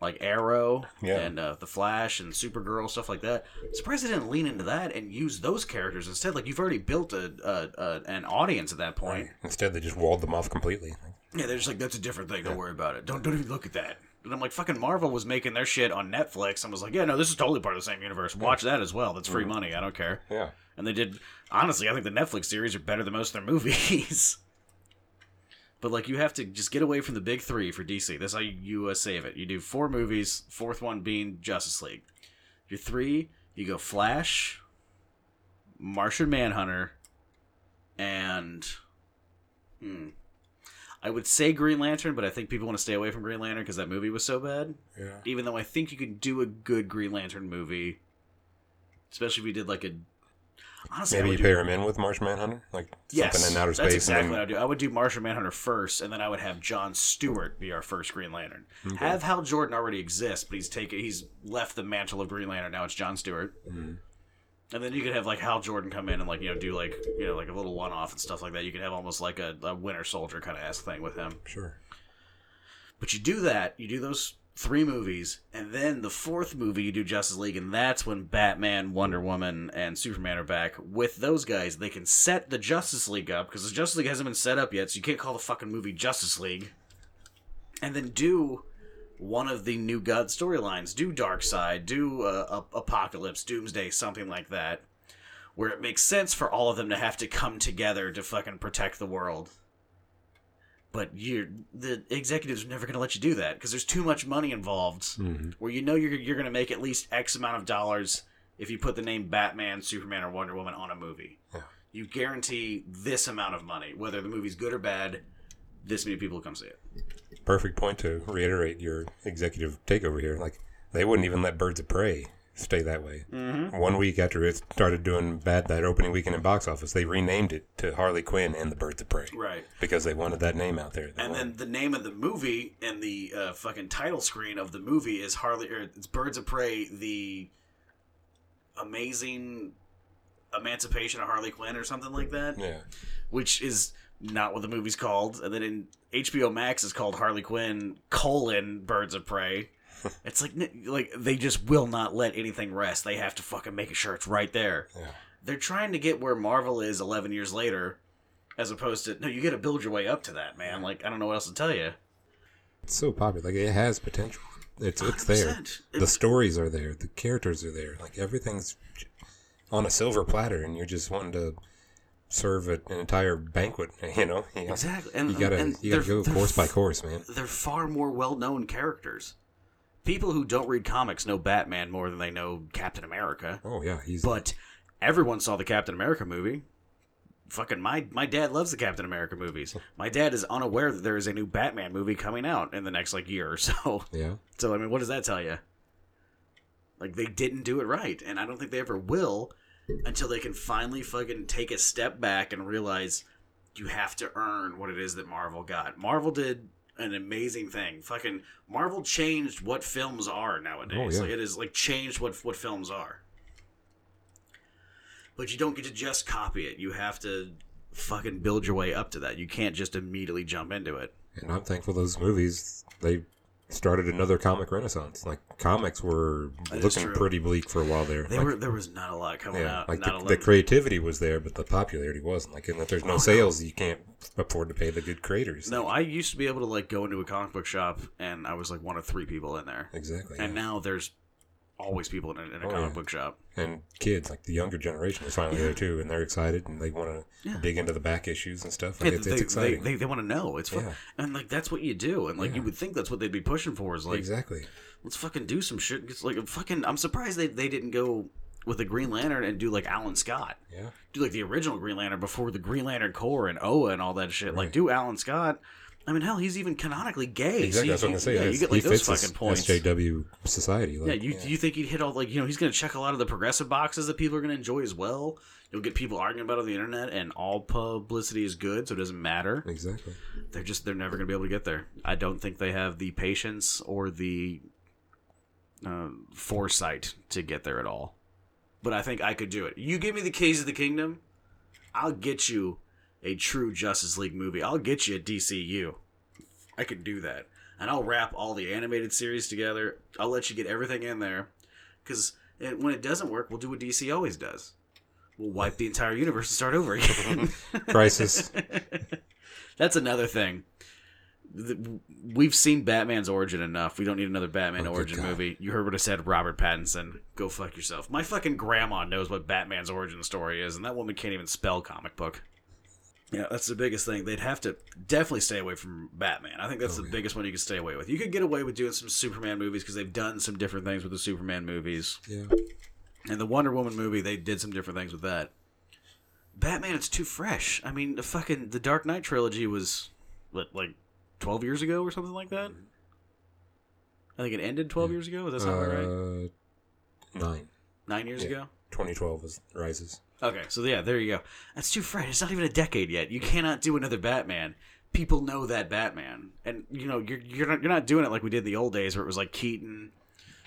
like Arrow Yeah. and uh, the Flash and Supergirl stuff like that. I'm surprised they didn't lean into that and use those characters instead. Like you've already built a, a, a an audience at that point. Instead, they just walled them off completely. Yeah, they're just like, that's a different thing. Don't worry about it. Don't don't even look at that. And I'm like, fucking Marvel was making their shit on Netflix and was like, yeah, no, this is totally part of the same universe. Watch that as well. That's free money. I don't care. Yeah. And they did. Honestly, I think the Netflix series are better than most of their movies. but like, you have to just get away from the big three for DC. That's how you, you uh, save it. You do four movies. Fourth one being Justice League. Your three, you go Flash, Martian Manhunter, and hmm, I would say Green Lantern, but I think people want to stay away from Green Lantern because that movie was so bad Yeah. even though I think you could do a good Green Lantern movie, especially if you did like a honestly, Maybe I you would do, pair him in with Marsh Manhunter, like yes, something in outer space. That's and exactly then- what I would do. I would do Martian Manhunter first, and then I would have John Stewart be our first Green Lantern. Have Hal Jordan already exist, but he's taken he's left the mantle of Green Lantern. Now it's John Stewart. Mm-hmm. And then you could have like Hal Jordan come in and like you know do like you know like a little one off and stuff like that. You could have almost like a, a Winter Soldier kind of ass thing with him. Sure. But you do that, you do those three movies, and then the fourth movie you do Justice League, and that's when Batman, Wonder Woman, and Superman are back. With those guys, they can set the Justice League up because the Justice League hasn't been set up yet, so you can't call the fucking movie Justice League. And then do one of the new God storylines, do Dark Side, do uh, Ap- Apocalypse, Doomsday, something like that, where it makes sense for all of them to have to come together to fucking protect the world but you're the executives are never going to let you do that because there's too much money involved Hmm. Mm-hmm. where you know you're, you're going to make at least x amount of dollars if you put the name batman superman or wonder woman on a movie Yeah. you guarantee this amount of money whether the movie's good or bad this many people will come see it Perfect point to reiterate your executive takeover here. Like they wouldn't even let Birds of Prey stay that way. Mm-hmm. One week after it started doing bad that opening weekend in box office, they renamed it to Harley Quinn and the Birds of Prey Right. because they wanted that name out there. They And wanted- then the name of the movie and the uh, fucking title screen of the movie is Harley. Or it's Birds of Prey, the amazing emancipation of Harley Quinn, or something like that, yeah, which is not what the movie's called. And then in HBO Max is called Harley Quinn colon Birds of Prey. It's like n- like they just will not let anything rest. They have to fucking make sure it's right there. Yeah. They're trying to get where Marvel is 11 years later, as opposed to no, you got to build your way up to that, man. Like I don't know what else to tell you. it's so popular. Like it has potential. It's it's there. 100%. The stories are there. The characters are there. Like everything's on a silver platter, and you're just wanting to serve a, an entire banquet. You know, Yeah. Exactly. And You gotta and you gotta they're- go they're course by f- course, man. They're far more well-known characters. People who don't read comics know Batman more than they know Captain America. Oh yeah, he's But everyone saw the Captain America movie. Fucking my my dad loves the Captain America movies. My dad is unaware that there is a new Batman movie coming out in the next like year or so. yeah. So I mean, what does that tell you? Like they didn't do it right, and I don't think they ever will until they can finally fucking take a step back and realize you have to earn what it is that Marvel got. Marvel did an amazing thing. Fucking Marvel changed what films are nowadays. Oh, yeah. Like it is like changed what what films are. But you don't get to just copy it. You have to fucking build your way up to that. You can't just immediately jump into it. And I'm thankful those movies they started another comic renaissance. Like comics were is looking true. pretty bleak for a while there. They like, were there was not a lot coming yeah, out. like not a the, lot the creativity was there, but the popularity wasn't. Like, and if there's no sales, you can't afford to pay the good creators. No, I used to be able to like go into a comic book shop and I was like one of three people in there. exactly. And yeah. now there's always people in a, in a Oh, comic yeah. book shop. And kids, like the younger generation, is finally there too, and they're excited and they want to Yeah. dig into the back issues and stuff. Like, it's, they, it's they, exciting. they, they want to know. It's fun. Yeah. and like that's what you do. And like you Yeah. would think that's what they'd be pushing for is like exactly. let's fucking do some shit. It's like fucking I'm surprised they, they didn't go with the Green Lantern and do like Alan Scott. Yeah. Do like the original Green Lantern before the Green Lantern Corps and Oa and all that shit. Like do Alan Scott. I mean hell, he's even canonically gay. Exactly. That's what I'm gonna say. Yeah, you It's- get like he those fits this fucking points. SJW society. Yeah, Like, you you think he'd hit all like you know he's gonna check a lot of the progressive boxes that people are gonna enjoy as well. You'll get people arguing about it on the internet, and all publicity is good, so it doesn't matter. Exactly. They're just they're never gonna be able to get there. I don't think they have the patience or the uh, foresight to get there at all. But I think I could do it. You give me the keys of the kingdom, I'll get you a true Justice League movie. I'll get you a DCU. I can do that. And I'll wrap all the animated series together. I'll let you get everything in there. Because it, when it doesn't work, we'll do what DC always does we'll wipe the entire universe and start over again. Crisis. That's another thing. The- We've seen Batman's origin enough. We don't need another Batman Oh, good origin God. movie. You heard what I said, Robert Pattinson. Go fuck yourself. My fucking grandma knows what Batman's origin story is, and that woman can't even spell comic book. Yeah, that's the biggest thing. They'd have to definitely stay away from Batman. I think that's Oh, the biggest one you can stay away with. You could get away with doing some Superman movies because they've done some different things with the Superman movies. yeah. And the Wonder Woman movie, they did some different things with that. Batman, it's too fresh. I mean, the fucking the Dark Knight trilogy was what, like twelve years ago or something like Mm-hmm. that. I think it ended twelve years ago. Is that somewhere right? Uh, nine. Nine years yeah. ago. 2012 is rises. Okay, so yeah, there you go. That's too fresh. It's not even a decade yet. You cannot do another Batman. People know that Batman, and you know you're you're not you're not doing it like we did in the old days where it was like Keaton,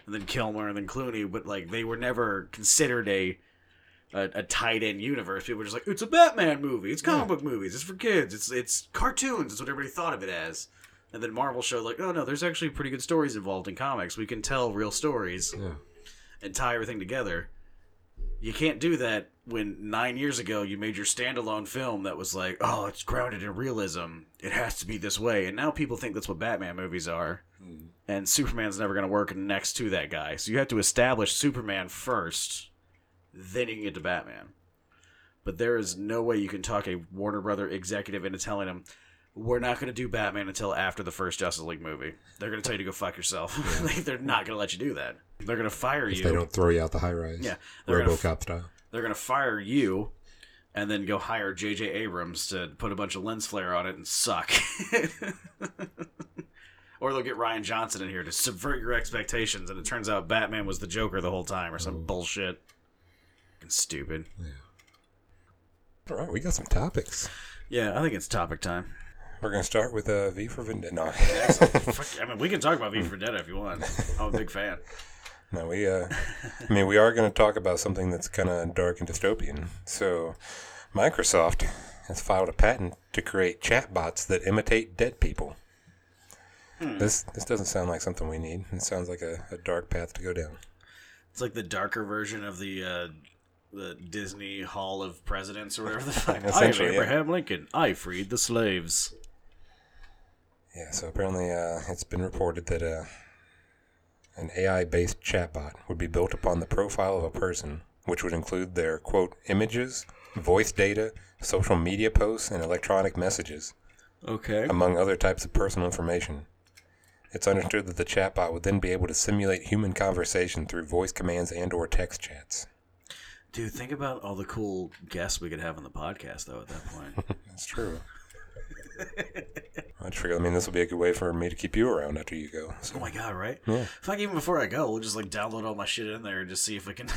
and then Kilmer, and then Clooney. But like they were never considered a a, a tight end universe. People were just like, it's a Batman movie. It's comic book movies. It's for kids. It's it's cartoons. It's what everybody thought of it as. And then Marvel showed like, oh no, there's actually pretty good stories involved in comics. We can tell real stories Yeah. and tie everything together. You can't do that when nine years ago you made your standalone film that was like, oh, it's grounded in realism. It has to be this way. And now people think that's what Batman movies are. Hmm. And Superman's never going to work next to that guy. So you have to establish Superman first, then you can get to Batman. But there is no way you can talk a Warner Brother executive into telling him, we're not going to do Batman until after the first Justice League movie. They're going to tell you to go fuck yourself. Like, They're not going to let you do that. They're going to fire you. If they don't throw you out the high rise. Yeah, they're gonna f- RoboCop style. they're going to fire you and then go hire JJ Abrams to put a bunch of lens flare on it and suck. Or they'll get Ryan Johnson in here to subvert your expectations, and it turns out Batman was the Joker the whole time or Mm. some bullshit. Fucking stupid. All right, we got some topics. Yeah, I think it's topic time. We're gonna start with uh, V for Vendetta. No, Fuck, I mean, we can talk about V for Vendetta if you want. I'm a big fan. no, we. Uh, I mean, we are gonna talk about something that's kind of dark and dystopian. So, Microsoft has filed a patent to create chatbots that imitate dead people. This this doesn't sound like something we need. It sounds like a, a dark path to go down. It's like the darker version of the uh, the Disney Hall of Presidents or whatever the fuck. I am Essentially, yeah. Abraham Lincoln. I freed the slaves. Yeah, so apparently uh, it's been reported that uh, an AI based chatbot would be built upon the profile of a person, which would include their, quote, images, voice data, social media posts, and electronic messages, Okay. among other types of personal information. It's understood that the chatbot would then be able to simulate human conversation through voice commands and or text chats. Dude, think about all the cool guests we could have on the podcast, though, at that point. That's true. I just figured, I mean, this would be a good way for me to keep you around after you go. oh So, my God, right? Fuck, even before I go, we'll just like download all my shit in there and just see if we can.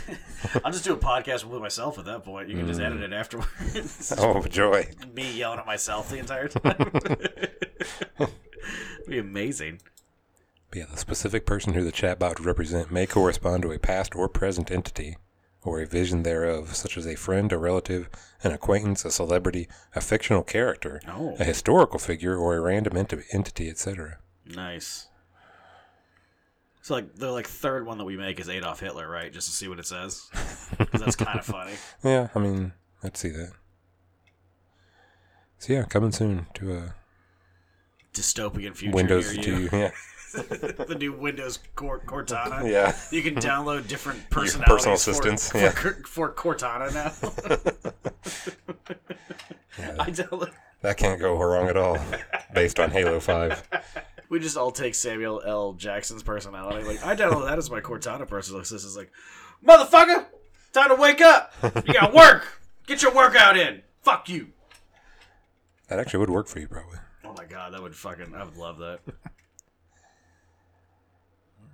I'll just do a podcast with myself at that point. You can just Mm. edit it afterwards. oh, joy. me yelling at myself the entire time. be amazing. But yeah, the specific person who the chatbot would represent may correspond to a past or present entity, or a vision thereof, such as a friend, a relative, an acquaintance, a celebrity, a fictional character, Oh. a historical figure, or a random enti- entity, etc. Nice. So like the like third one that we make is Adolf Hitler, right? Just to see what it says. 'Cause that's kind of funny. Yeah, I mean, I'd see that. So yeah, coming soon to a Dystopian future Windows near to you. you. Yeah, the new Windows Cor- Cortana. yeah. You can download different Mm-hmm. personal personalities assistants, for, yeah. for, for Cortana now. I download. That can't go wrong at all, based on Halo Five. We just all take Samuel L. Jackson's personality. Like I download that as my Cortana personal assistant. It's like, motherfucker, time to wake up. You got work. Get your workout in. Fuck you. That actually would work for you, probably. Oh my god, that would fucking. I would love that.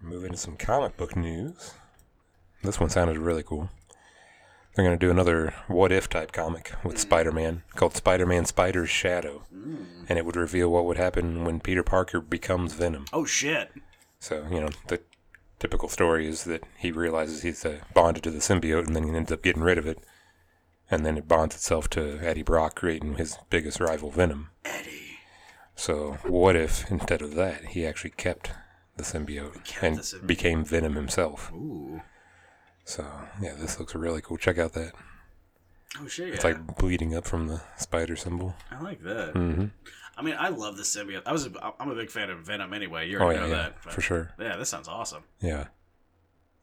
Moving to some comic book news. This one sounded really cool. They're going to do another what if type comic with Spider Man called Spider Man Spider's Shadow. And it would reveal what would happen when Peter Parker becomes Venom. Oh shit. So, you know, the typical story is that he realizes he's uh, bonded to the symbiote and then he ends up getting rid of it. And then it bonds itself to Eddie Brock, creating his biggest rival, Venom. Eddie. So, what if instead of that, he actually kept the symbiote and the symbiote. became Venom himself? Ooh. So yeah, this looks really cool. Check out that. Oh shit. Yeah. It's like bleeding up from the spider symbol. I like that. Mm-hmm. I mean, I love the symbiote. I was. A, I'm a big fan of Venom anyway. You Oh already yeah, know yeah that. but- for sure. Yeah, this sounds awesome. Yeah.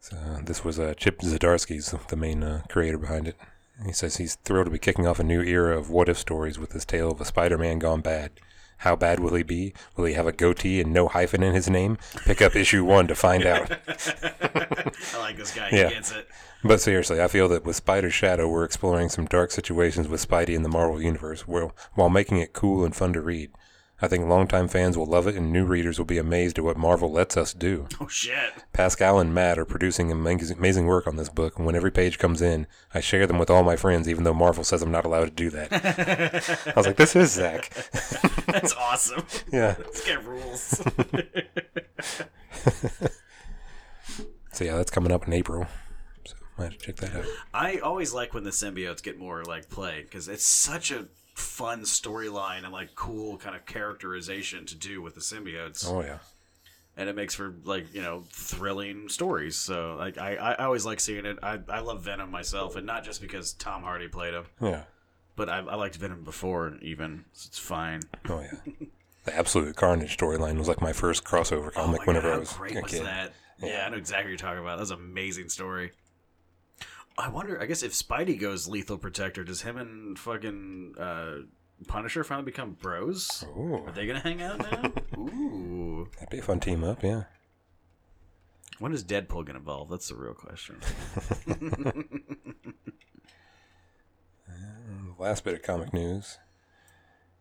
So this was uh, Chip Zdarsky's the main uh, creator behind it. He says he's thrilled to be kicking off a new era of what if stories with this tale of a Spider-Man gone bad. How bad will he be? Will he have a goatee and no hyphen in his name? Pick up issue one to find out. I like this guy. Yeah. He gets it. But seriously, I feel that with Spider Shadow, we're exploring some dark situations with Spidey in the Marvel Universe while, while making it cool and fun to read. I think longtime fans will love it and new readers will be amazed at what Marvel lets us do. Oh shit. Pascal and Matt are producing amaz- amazing work on this book, and when every page comes in, I share them with all my friends, even though Marvel says I'm not allowed to do that. I was like, this is Zach. That's awesome. Yeah. this guy rules. So, yeah, that's coming up in April. So, might have to check that out. I always like when the symbiotes get more like play because it's such a fun storyline and like cool kind of characterization to do with the symbiotes, Oh, yeah. and it makes for like you know thrilling stories. So like I, I I always like seeing it. I I love Venom myself, and not just because Tom Hardy played him, Yeah. but I, I liked Venom before even. So it's fine. Oh, yeah. The Absolute Carnage storyline was like my first crossover comic Oh my whenever God, I was how great a was kid. that? Yeah. I know exactly what you're talking about. That was an amazing story. I wonder. I guess if Spidey goes lethal protector, does him and fucking uh, Punisher finally become bros? Ooh, Are they gonna hang out now? Ooh. that'd be a fun team up, yeah. When does Deadpool get involved? That's the real question. The last bit of comic news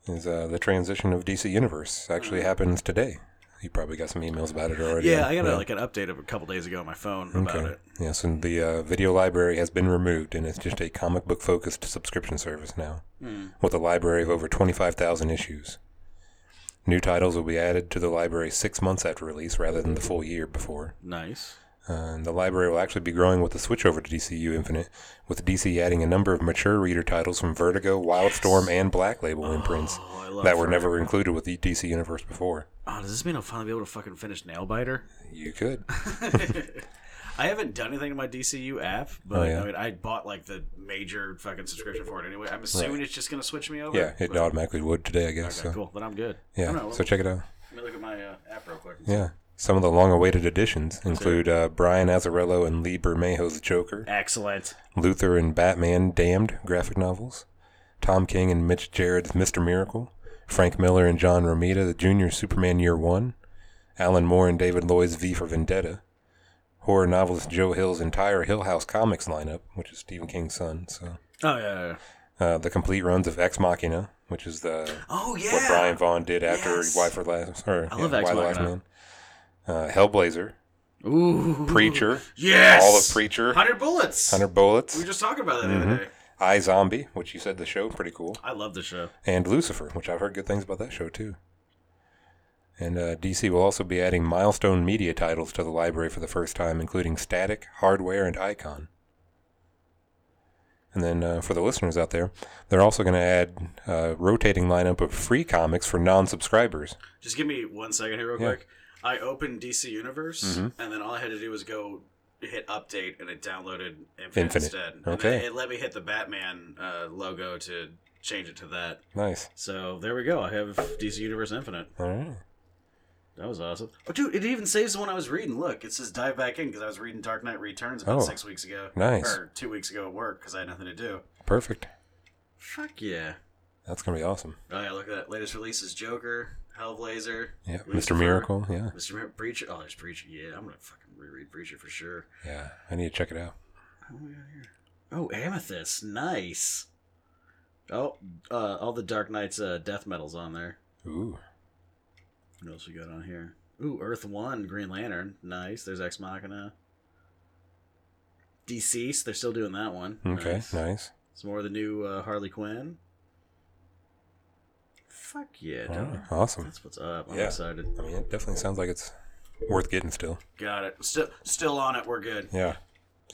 is uh, the transition of DC Universe actually happens today. You probably got some emails about it already. Mm. Yeah, I got a, like an update of a couple days ago on my phone about it. Yeah, so the uh, video library has been removed, and it's just a comic book focused subscription service now, Hmm. with a library of over 25,000 issues. New titles will be added to the library six months after release rather than the full year before. Nice. Uh, and the library will actually be growing with the switch over to DCU Infinite, with DC adding a number of mature reader titles from Vertigo, Wildstorm, and Black Label imprints Oh, I love that were never included with the DC Universe before. Oh, does this mean I'll finally be able to fucking finish Nailbiter? You could. I haven't done anything to my DCU app, but Oh, yeah. I mean, I bought like the major fucking subscription for it anyway. I'm assuming it's just gonna switch me over. Yeah, it but- automatically would today, I guess. Okay, so. cool. Then I'm good. I Yeah, don't know, so check it out. let me look at my uh, app real quick. Yeah. Some of the long awaited additions include uh, Brian Azzarello and Lee Bermejo's Joker, Excellent. Luther and Batman Damned graphic novels, Tom King and Mitch Jarrett's Mr. Miracle, Frank Miller and John Romita, the Junior Superman Year One, Alan Moore and David Lloyd's V for Vendetta, horror novelist Joe Hill's entire Hill House Comics lineup, which is Stephen King's son, so. Oh yeah. yeah, yeah. Uh, the complete runs of Ex Machina, which is the Oh yeah. what Brian Vaughn did after Yes. Why for Last or I love Ex Why the Last Machina. Man. Uh, Hellblazer, Ooh. Preacher, Yes. all of Preacher, Hundred bullets. Hundred Mm-hmm. We Bullets, were just talking about that the other day. I Zombie, which you said the show pretty cool, I love the show. and Lucifer, which I've heard good things about that show too. And uh, DC will also be adding milestone media titles to the library for the first time, including Static, Hardware, and Icon. And then uh, for the listeners out there, they're also going to add a rotating lineup of free comics for non-subscribers. Just give me one second here, real Yeah. Mm-hmm. quick. I opened DC Universe, and then all I had to do was go hit update, and it downloaded Infinite, Infinite. instead. And then Okay. it let me hit the Batman uh, logo to change it to that. Nice. So there we go. I have DC Universe Infinite. All right. That was awesome. Oh, dude, it even saves the one I was reading. Look, it says dive back in because I was reading Dark Knight Returns about Oh, six weeks ago. nice. Or two weeks ago at work because I had nothing to do. Perfect. Fuck yeah. That's gonna be awesome. Oh, yeah, look at that. Latest release is Joker, Hellblazer. Yeah. Lucifer. Mr. Miracle. Yeah. Mr. Mir- Breacher. Oh, there's Breacher. Yeah, I'm going to fucking reread Breacher for sure. Yeah. I need to check it out. What do we got here? Oh, Amethyst. Nice. Oh, uh, all the Dark Knight's uh, death metals on there. Ooh. What else we got on here? Ooh, Earth One, Green Lantern. Nice. There's Ex Machina. Deceased. They're still doing that one. Okay. Nice. Nice. Some more of the new uh, Harley Quinn. Fuck yeah, All dog. right, Awesome. That's what's up. I'm Oh. Yeah. excited. I mean, it definitely sounds like it's worth getting still. Got it. Still, still on it. We're good. Yeah.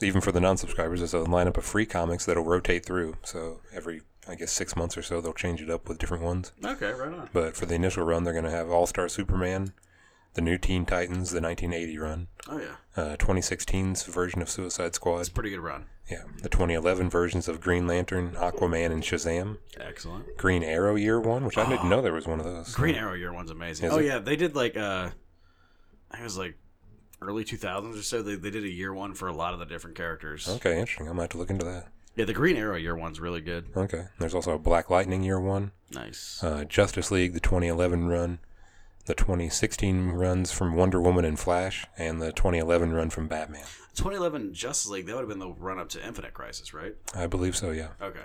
Even for the non-subscribers, there's a lineup of free comics that'll rotate through. So every, I guess, six months or so, they'll change it up with different ones. Okay, right on. But for the initial run, they're gonna have All-Star Superman, the new Teen Titans, the 1980 run, Oh yeah, uh, 2016's version of Suicide Squad, it's a pretty good run. yeah, the 2011 versions of Green Lantern, Aquaman, and Shazam. Excellent. Green Arrow year one, which I didn't know there was one of those. Green Arrow year one's amazing. Is oh it? yeah, they did like uh, I think it was like early 2000s or so. They they did a year one for a lot of the different characters. Okay, interesting. I'm gonna have to look into that. Yeah, the Green Arrow year one's really good. Okay, there's also a Black Lightning year one, Nice. uh, Justice League the 2011 run, the 2016 runs from Wonder Woman and Flash, and the 2011 run from Batman. 2011 Justice League. That would have been the run up to Infinite Crisis, right? I believe so. Yeah. Okay.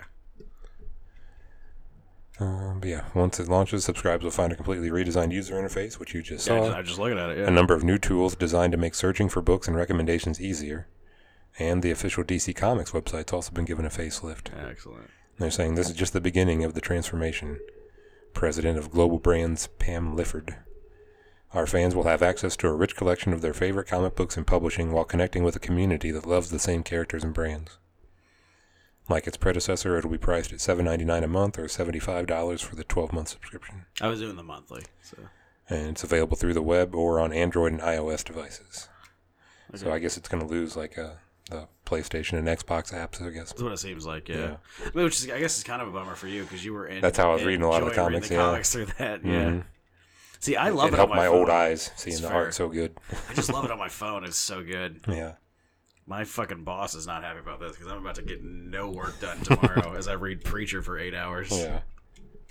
Uh, but yeah, once it launches, subscribers will find a completely redesigned user interface, which you just Yeah, I saw. just, I'm just looking at it. a Yeah. number of new tools designed to make searching for books and recommendations easier. And the official DC Comics website's also been given a facelift. Excellent. They're saying this is just the beginning of the transformation. President of Global Brands, Pam Lifford. Our fans will have access to a rich collection of their favorite comic books and publishing while connecting with a community that loves the same characters and brands. Like its predecessor, it'll be priced at $7.99 a month or $75 for the 12 month subscription. I was doing the monthly. So And it's available through the web or on Android and iOS devices. So I guess it's going to lose like uh, the PlayStation and Xbox apps, I guess. that's what it seems like. Yeah. I mean, which is, I guess, is kind of a bummer for you because you were in. That's how I was reading a lot of the enjoying comics, The yeah. Mm-hmm. comics through that. Yeah. See, I love It it. helped on my phone. old eyes seeing the fair. art so good. I just love it on my phone. It's so good. Yeah. My fucking boss is not happy about this because I'm about to get no work done tomorrow as I read Preacher for eight hours. Yeah.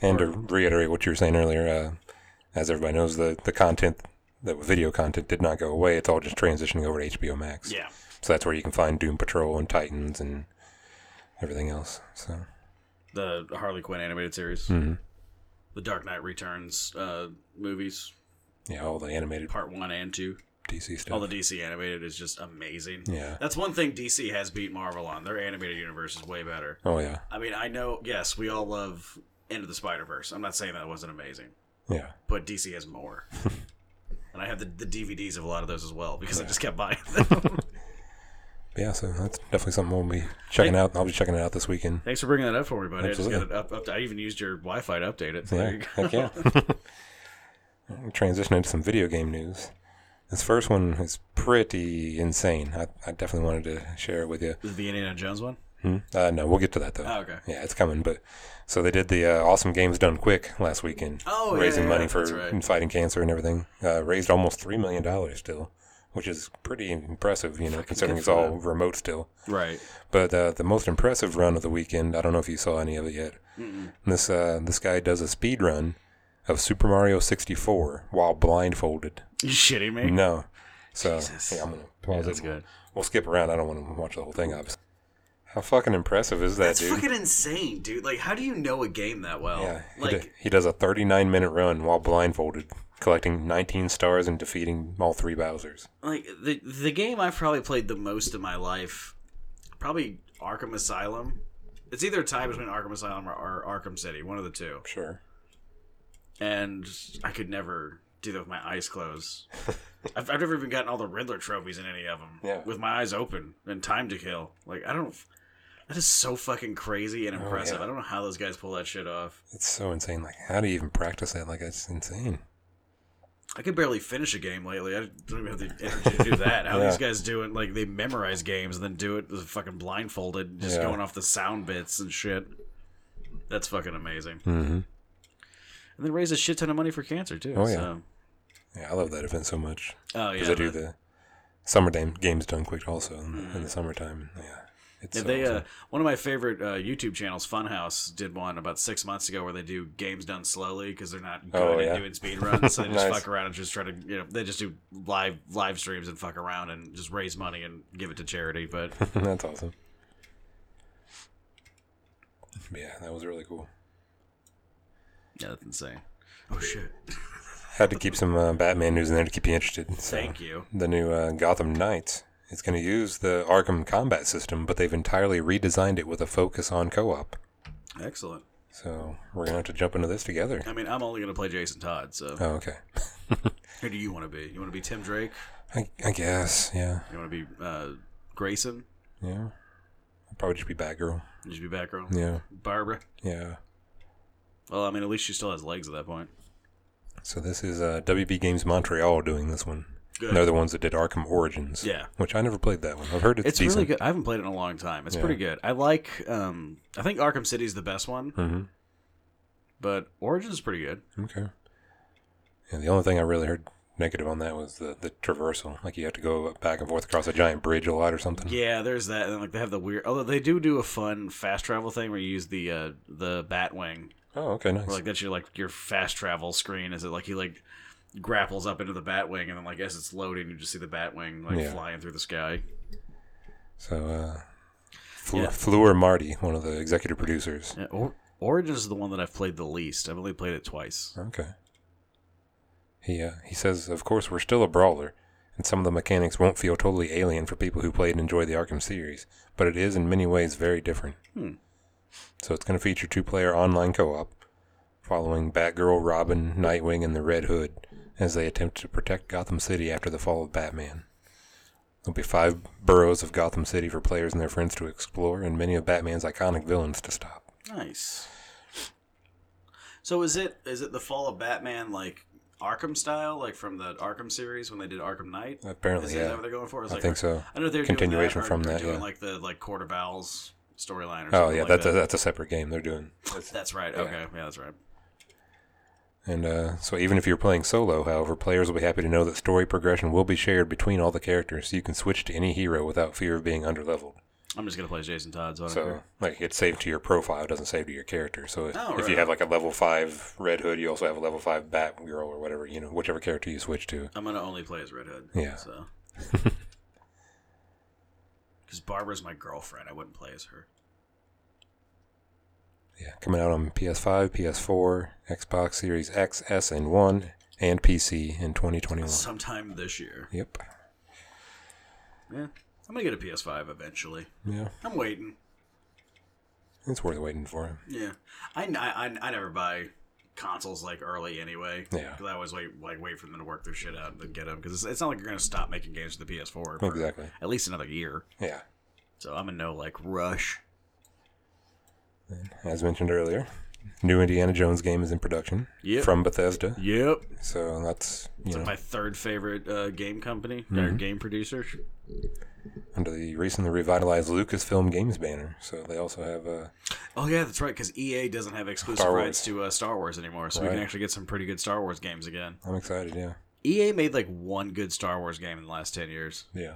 And to reiterate what you were saying earlier, uh, as everybody knows, the, the content, the video content did not go away. It's all just transitioning over to HBO Max. Yeah. So that's where you can find Doom Patrol and Titans and everything else. So The Mm-hmm. Harley Quinn animated series, the Dark Knight Returns uh, movies, Yeah, all the animated part one and two. DC All stuff. the DC animated is just amazing. Yeah. That's one thing DC has beat Marvel on. Their animated universe is way better. oh yeah, I mean, I know, yes, we all love End of the Spider Verse. I'm not saying that wasn't amazing, yeah. but DC has more. and I have the, the DVDs of a lot of those as well because I just kept buying them. But yeah, so that's definitely something we'll be checking out. I'll be checking it out this weekend. Thanks for bringing that up for me, buddy. I just Absolutely. got it up, up. I even used your Wi Fi to update it. So there you Yeah, go. heck yeah. Transition into some video game news. This first one is pretty insane. I, I definitely wanted to share it with you. Is it the Indiana Jones one? Hmm? Uh, no, we'll get to that though. Oh, okay. Yeah, it's coming. But so they did the uh, awesome games done quick last weekend. Oh, yeah, raising yeah, money yeah, for that's right. fighting cancer and everything. Uh, raised almost three million dollars still, which is pretty impressive. You know, considering good it's for all remote still. Right. But uh, the most impressive run of the weekend, I don't know if you saw any of it yet. This uh, this guy does a speed run of Super Mario 64 while blindfolded. You shitting me? No. So yeah, I'm gonna pause it. that's good. We'll skip around. I don't want to watch the whole thing, obviously. How fucking impressive is that, That's dude? fucking insane, dude. Like, how do you know a game that well? yeah, he, like, d- he does a 39 minute run while blindfolded, collecting 19 stars and defeating all three Bowser's. like the the game I've probably played the most in my life, probably Arkham Asylum. It's either a tie between Arkham Asylum or, or Arkham City, one of the two. Sure. And I could never do that with my eyes closed. I've, I've never even gotten all the Riddler trophies in any of them. Yeah. With my eyes open and time to kill. Like I don't. That is so fucking crazy and impressive. Oh, yeah. I don't know how those guys pull that shit off. It's so insane. Like, how do you even practice that? Like, it's insane. I could barely finish a game lately. I don't even have the energy to do that. How Yeah. these guys do it, like they memorize games and then do it with fucking blindfolded, just Yeah. going off the sound bits and shit. That's fucking amazing. Mm-hmm. And then raise a shit ton of money for cancer too. Oh, Oh yeah. yeah. So. Yeah, I love that event so much. Oh yeah. because they do the- the summer game, games done quick also in, the in the summertime. Yeah, it's yeah, so Mm-hmm. they uh, awesome. one of my favorite uh, YouTube channels, Funhouse, did one about six months ago where they do games done slowly because they're not good Oh, at yeah. doing speed runs. So they just Nice. fuck around and just try to, you know, they just do live live streams and fuck around and just raise money and give it to charity. But that's awesome. Yeah, that was really cool. yeah, that's insane. Oh shit! Had to keep some uh, Batman news in there to keep you interested. So Thank you. the new uh, Gotham Knights is going to use the Arkham combat system, but they've entirely redesigned it with a focus on co-op. Excellent. So we're gonna have to jump into this together. I mean, I'm only gonna play Jason Todd. So Oh, okay. who do you want to be? You want to be Tim Drake? I, I guess. Yeah. You want to be uh, Grayson? Yeah. I'll probably just be Batgirl. You should be Batgirl. Yeah. Barbara. Yeah. Well, I mean, at least she still has legs at that point. So this is uh, WB Games Montreal doing this one. Good. They're the ones that did Arkham Origins. Yeah. Which I never played that one. I've heard it's, It's decent. really good. I haven't played it in a long time. It's Yeah. pretty good. I like. Um, I think Arkham City's the best one, Mm-hmm. but Origins is pretty good. Okay. Yeah, the only thing I really heard negative on that was the, the traversal. Like you have to go back and forth across a giant bridge a lot or something. Yeah, there's that, and like they have the weird. Although they do do a fun fast travel thing where you use the uh, the Batwing Oh, okay, nice. Or, like that's your like your fast travel screen is it like he like grapples up into the batwing and then like as it's loading you just see the batwing like Yeah. flying through the sky so, uh, Fle- Yeah. Fleur Marty, one of the executive producers. Yeah, or- origins is the one that i've played the least i've only played it twice Okay. He uh, he says, of course, we're still a brawler, and some of the mechanics won't feel totally alien for people who played and enjoy the Arkham series, but it is in many ways very different. Hmm. So it's going to feature two-player online co-op, following Batgirl, Robin, Nightwing, and the Red Hood as they attempt to protect Gotham City after the fall of Batman. There'll be five boroughs of Gotham City for players and their friends to explore, and many of Batman's iconic villains to stop. nice so is it is it the fall of batman like arkham style like from the arkham series when they did arkham knight Apparently, is Oh, yeah, that what they're going for Is, I like, think so. i know they're Continuation doing that, or from they're that, doing yeah. like the like court of owls storyline or Oh something yeah, like that's that. a, that's a separate game they're doing. that's right okay yeah that's right And uh, so even if you're playing solo, however, players will be happy to know that story progression will be shared between all the characters, so you can switch to any hero without fear of being underleveled. i'm just gonna play as jason todd so, I don't care. So like it's saved to your profile, it doesn't save to your character. So if, Oh, if you right. have like a level five Red Hood, you also have a level five Batgirl or whatever you know, whichever character you switch to. I'm gonna only play as Red Hood. Yeah. So. Because Barbara's my girlfriend, I wouldn't play as her. Yeah, coming out on PS5, PS4, Xbox Series X, S, and One, and PC in 2021. sometime this year. Yep. Yeah, I'm gonna get a PS5 eventually. Yeah. I'm waiting. It's worth waiting for. Yeah, I, I, I- I never buy consoles like early anyway. Yeah. 'Cause I always wait like wait for them to work their shit out and then get them because it's, it's not like you're gonna stop making games for the PS4 for Exactly. at least another year. Yeah. So I'm in no like rush. As mentioned earlier, new Indiana Jones game is in production Yep. from Bethesda. Yep, So that's, you know, my third favorite uh, game company or Mm-hmm. game producer. under the recently revitalized Lucasfilm Games banner. So they also have uh, Oh yeah, that's right. Because EA doesn't have exclusive Star Wars. rights to uh, Star Wars anymore, so we Right. can actually get some pretty good Star Wars games again. I'm excited. Yeah. EA made like one good Star Wars game in the last ten years. Yeah.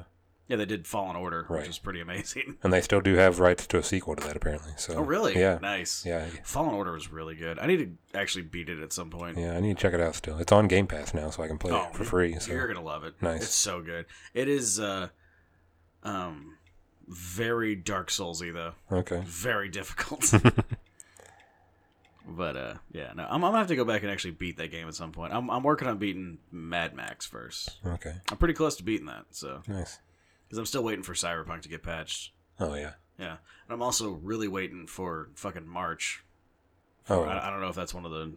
Yeah, they did Fallen Order, Right. which is pretty amazing. And they still do have rights to a sequel to that, apparently. So. Oh really? Yeah. Nice. Yeah. Fallen Order was really good. I need to actually beat it at some point. Yeah. I need to check it out still. It's on Game Pass now, so I can play Oh, it for free. So. You're gonna love it. Nice. It's so good. It is uh um very Dark Soulsy though. Okay. Very difficult. but uh yeah, no, I'm, I'm gonna have to go back and actually beat that game at some point. I'm I'm working on beating Mad Max first. Okay. I'm pretty close to beating that, so Nice. because I'm still waiting for Cyberpunk to get patched. Oh yeah. Yeah, and I'm also really waiting for fucking March. Oh I, I don't know if that's one of the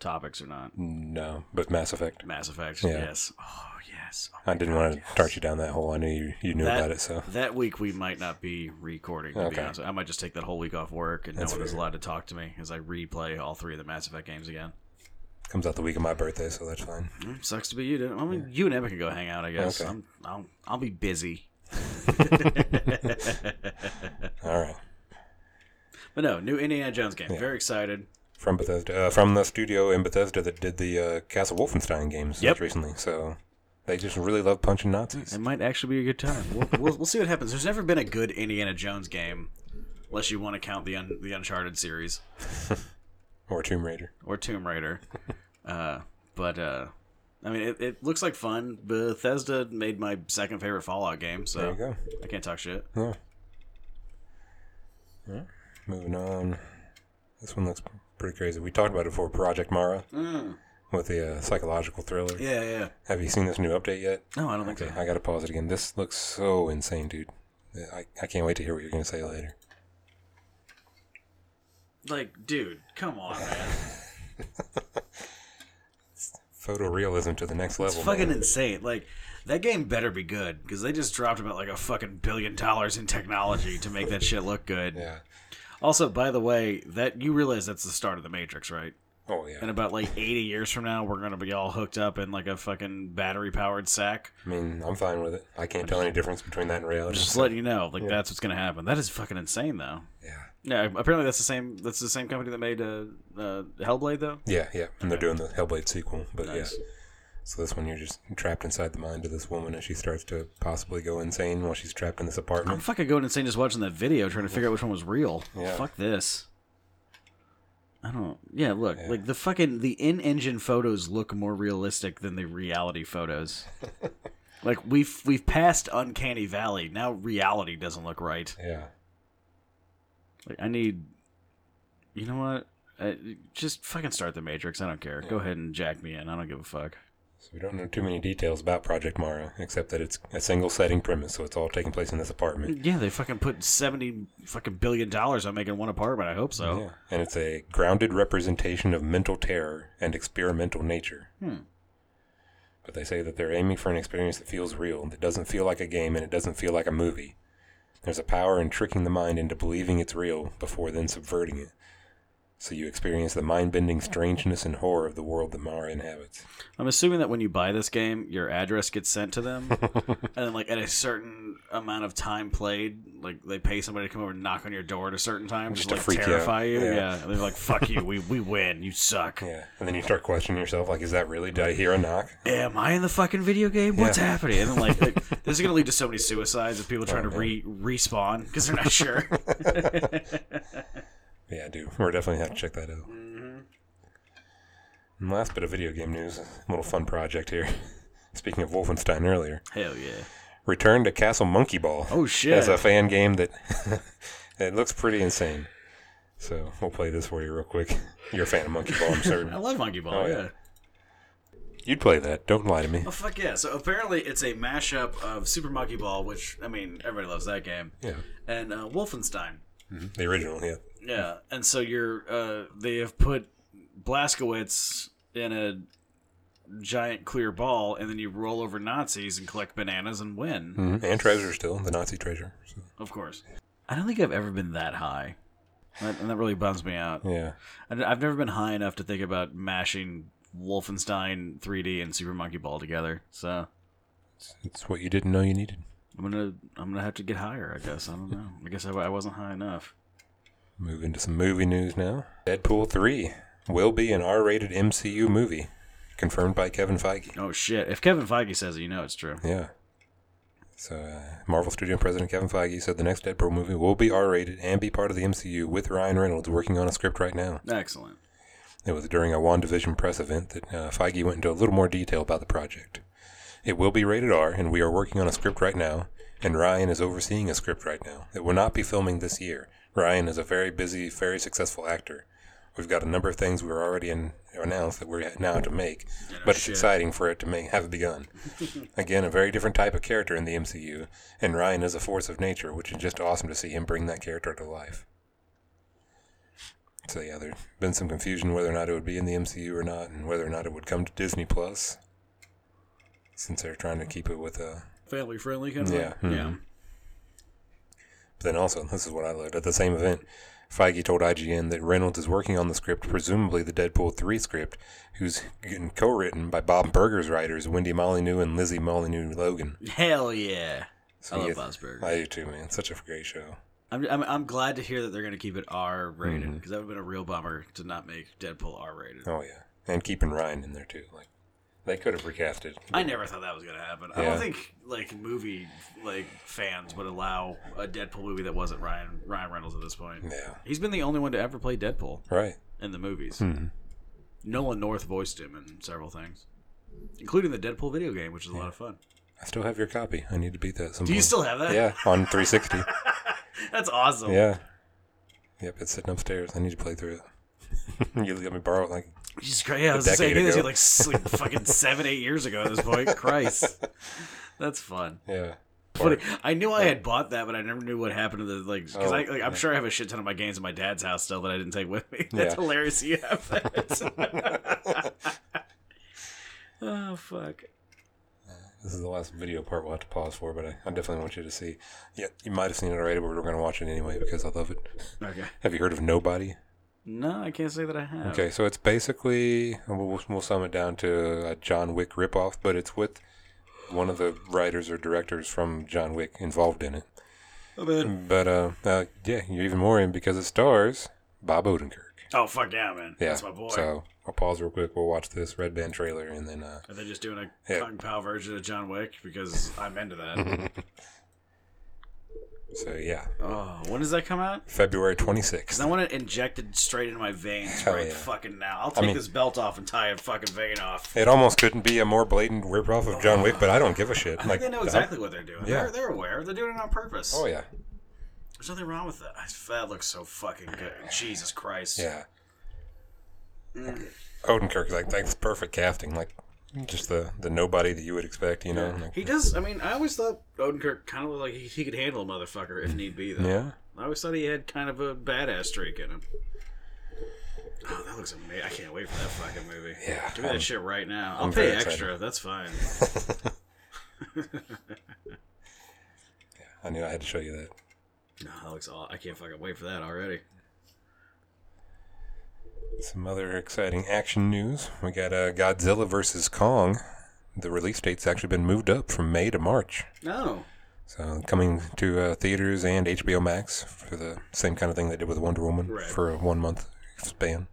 topics or not. no, but Mass Effect. Mass Effect. Yeah. Yes. Oh yes. Oh, I didn't want to start you down that hole. I knew you, you knew That- about it, so That week we might not be recording. To be Okay. honest, I might just take that whole week off work, and That's no one is fair. allowed to talk to me as I replay all three of the Mass Effect games again. comes out the week of my birthday, so that's fine. Mm, Sucks to be you. Dude. I mean, you and Emma can go hang out. I guess. Okay. I'm, I'll, I'll be busy. All right. But no, new Indiana Jones game. Very excited. From Bethesda, uh, from the studio in Bethesda that did the uh, Castle Wolfenstein games Yep. recently, so they just really love punching Nazis. It might actually be a good time. We'll, we'll, we'll see what happens. There's never been a good Indiana Jones game, unless you want to count the un, the Uncharted series Or Tomb Raider. or Tomb Raider. Uh, but uh, I mean, it, it looks like fun. Bethesda made my second favorite Fallout game, There so you go. I can't talk shit. Yeah. Yeah. Moving on. This one looks pretty crazy. We talked about it before. Project Mara with the uh, psychological thriller. Mm. Yeah, yeah. Have you seen this new update yet? No, I don't think so. I gotta pause it again. This looks so insane, dude. I, I can't wait to hear what you're gonna say later. Like, dude, come on, man. Photorealism to the next level. It's fucking man. insane. Like, that game better be good because they just dropped about like a fucking billion dollars in technology to make that shit look good. Yeah. Also, by the way, that you realize that's the start of the Matrix, right? Oh yeah. in about like 80 years from now we're gonna be all hooked up in like a fucking battery powered sack I mean, I'm fine with it. I can't tell any difference between that and reality. just letting you know like that's what's gonna happen that is fucking insane though Yeah. yeah apparently that's the same that's the same company that made uh, uh hellblade though Yeah, yeah. And they're doing the Hellblade sequel, but Nice. yeah. So this one, you're just trapped inside the mind of this woman, and she starts to possibly go insane while she's trapped in this i'm apartment. fucking going insane just watching that video trying to figure out which one was real Yeah. fuck this i don't yeah look like the fucking the in-engine photos look more realistic than the reality photos like we've we've passed uncanny valley now reality doesn't look right Yeah. Like I need, you know what? I, just fucking start the Matrix. I don't care. Go ahead and jack me in. I don't give a fuck. So we don't know too many details about Project Mara, except that it's a single setting premise, so it's all taking place in this apartment. Yeah, they fucking put seventy fucking billion dollars on making one apartment. I hope so. Yeah. And it's a grounded representation of mental terror and experimental nature. Hmm. But they say that they're aiming for an experience that feels real, that doesn't feel like a game, and it doesn't feel like a movie. There's a power in tricking the mind into believing it's real before then subverting it. So you experience the mind bending strangeness and horror of the world that Mara inhabits. I'm assuming that when you buy this game, your address gets sent to them, and then like at a certain amount of time played, like they pay somebody to come over and knock on your door at a certain time, just, to like freak you out. terrify you. Yeah. Yeah. And they're like, "Fuck you. We we win. You suck." Yeah. And then you start questioning yourself like, is that really? Did I hear a knock? am I in the fucking video game? What's Yeah. happening? And then like, like, this is gonna lead to so many suicides of people Oh, trying to re respawn because they're not sure. Yeah, I do. We're definitely have to check that out. Mm-hmm. And last bit of video game news, a little fun project here. Speaking of Wolfenstein earlier, Hell yeah! Return to Castle Monkey Ball. Oh, shit. As a fan game that it looks pretty insane. So we'll play this for you real quick. You're a fan of Monkey Ball, I'm I certain. love Monkey Ball. Oh, yeah. yeah. You'd play that. Don't lie to me. Oh fuck yeah! So apparently it's a mashup of Super Monkey Ball, which I mean everybody loves that game, Yeah. and uh, Wolfenstein. The original, yeah. Yeah, and so you're uh, they have put Blaskowitz in a giant clear ball, and then you roll over Nazis and collect bananas and win. Mhm. And treasure still, the Nazi treasure. So, Of course, I don't think I've ever been that high, That- and that really bums me out. yeah. I- I've never been high enough to think about mashing Wolfenstein 3D and Super Monkey Ball together. So It's what you didn't know you needed. I'm gonna I'm gonna have to get higher. I guess I don't know. I guess I, I wasn't high enough. Move into some movie news now. Deadpool 3 will be an R rated MCU movie, confirmed by Kevin Feige. Oh shit! If Kevin Feige says it, you know it's true. Yeah. So, uh, Marvel Studio President Kevin Feige said the next Deadpool movie will be R rated and be part of the MCU with Ryan Reynolds working on a script right now. Excellent. It was during a WandaVision press event that uh, Feige went into a little more detail about the project. It will be rated R, and we are working on a script right now, and Ryan is overseeing a script right now. It will not be filming this year. Ryan is a very busy, very successful actor. We've got a number of things we were already in, announced that we're now to make, but it's exciting for it to make, have begun. Again, a very different type of character in the MCU, and Ryan is a force of nature, which is just awesome to see him bring that character to life. So yeah, there's been some confusion whether or not it would be in the MCU or not, and whether or not it would come to Disney Plus, since they're trying to keep it with uh, a. Family friendly kind of. Yeah. thing? Yeah. But then also, this is what I learned at the same event. Feige told IGN that Reynolds is working on the script, presumably the Deadpool 3 script, who's getting co-written by Bob Berger's writers, Wendy Molyneux and Lizzie Molyneux Logan. Hell yeah. So I love yeah, Bob's Burgers. I do too, man. Such a great show. I'm, I'm, I'm glad to hear that they're going to keep it R rated Hmm. because that would have been a real bummer to not make Deadpool R rated. Oh yeah, and keeping Ryan in there too. Like they could have recast it. I never thought that was going to happen. I Yeah. don't think like movie like fans would allow a Deadpool movie that wasn't Ryan Ryan Reynolds at this point. Yeah. He's been the only one to ever play Deadpool Right. in the movies. Hmm. Nolan North voiced him in several things, including the Deadpool video game, which is a lot of fun. I still have your copy. I need to beat that. at Some Do you point. still have that? Yeah, on 360. that's awesome. yeah. Yep, it's sitting upstairs. I need to play through it. you let me borrow it. Like, Jesus Christ! Yeah, I was A just saying, I decade think this ago. like, s- like fucking seven, eight years ago at this point. Christ, that's fun. yeah. Funny. I knew I had bought that, but I never knew what happened to the like. Because Oh, I, like, I'm sure I have a shit ton of my games at my dad's house still that I didn't take with me. That's Yeah. hilarious. You have that. oh fuck! This is the last video part we'll have to pause for, but I, I definitely want you to see. Yeah, you might have seen it already, but we're going to watch it anyway because I love it. Okay. Have you heard of Nobody? No, I can't say that I have. Okay, so it's basically, we'll, we'll sum it down to a John Wick ripoff, but it's with one of the writers or directors from John Wick involved in it. Oh, man. But uh, uh, yeah, you're even more in because it stars Bob Odenkirk. Oh fuck yeah, man! Yeah. That's my boy. So I'll pause real quick. We'll watch this Red Band trailer and then uh, Are they just doing a Yeah. Kung Pao version of John Wick? Because I'm into that. so yeah, oh, when does that come out? February Because 26th. I want it injected straight into my veins Hell right yeah. fucking now. I'll take mean- this belt off and tie a fucking vein off. It almost couldn't be a more blatant rip off of John Wick, but I don't give a shit. I think they know that- exactly what they're doing. uh-huh. Yeah. They're, they're aware. They're doing it on purpose. Oh yeah, There's nothing wrong with that. I- That looks so fucking good. Jesus Christ. yeah. Mm. Odenkirk's like that's perfect casting. Like just the the nobody that you would expect. You know. Yeah. Like, He does. I mean, I always thought Odenkirk kind of looked like he, he could handle a motherfucker if need be, though. yeah. I always thought he had kind of a badass streak in him. Oh, that looks amazing. I can't wait for that fucking movie. Yeah, Do that I'm- shit right now. I'll I'm pay very excited. extra. That's fine. I knew I had to show you that. No, that looks all. I can't fucking wait for that already. Some other exciting action news. We got uh, Godzilla versus Kong. The release date's actually been moved up from May to March. No. So coming to uh, theaters and HBO Max for the same kind of thing they did with Wonder Woman Right. for a one month span.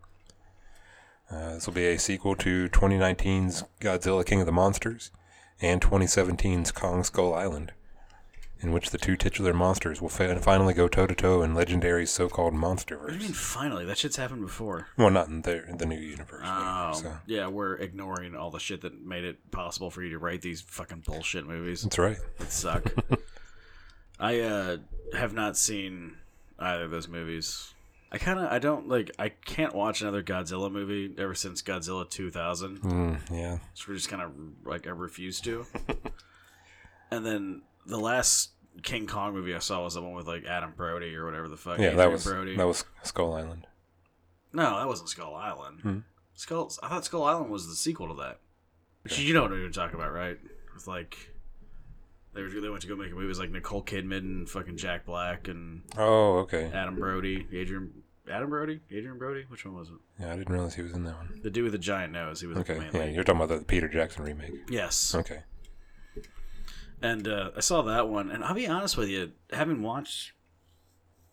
Uh, this will be a sequel to 2019's Godzilla King of the Monsters and 2017's Kong Skull Island, in which the two titular monsters will fa- finally go toe to toe in Legendary's so-called I MonsterVerse. mean, finally, that shit's happened before. Well, not in the, in the new universe. Um, so. Yeah, we're ignoring all the shit that made it possible for you to write these fucking bullshit movies That's right. that suck. I uh, have not seen either of those movies. I kind of I don't like I can't watch another Godzilla movie ever since Godzilla 2000. Mm, yeah. So we're just kind of like I refuse to. and then the last King Kong movie I saw was the one with like Adam Brody or whatever the fuck. Yeah, that Adrian was Brody. that was Skull Island. No, that wasn't Skull Island. Hmm. Skull. I thought Skull Island was the sequel to that. Which You know what you're talking about, right? It's like they were, they went to go make a movie. It was like Nicole Kidman and fucking Jack Black and Oh, okay. Adam Brody, Adrian. Adam Brody, Adrian Brody. Which one was it? Yeah, I didn't realize he was in that one. The dude with the giant nose. He was Okay. the main Yeah, lead. you're talking about the Peter Jackson remake. Yes, Okay. and uh, I saw that one. And I'll be honest with you, having watched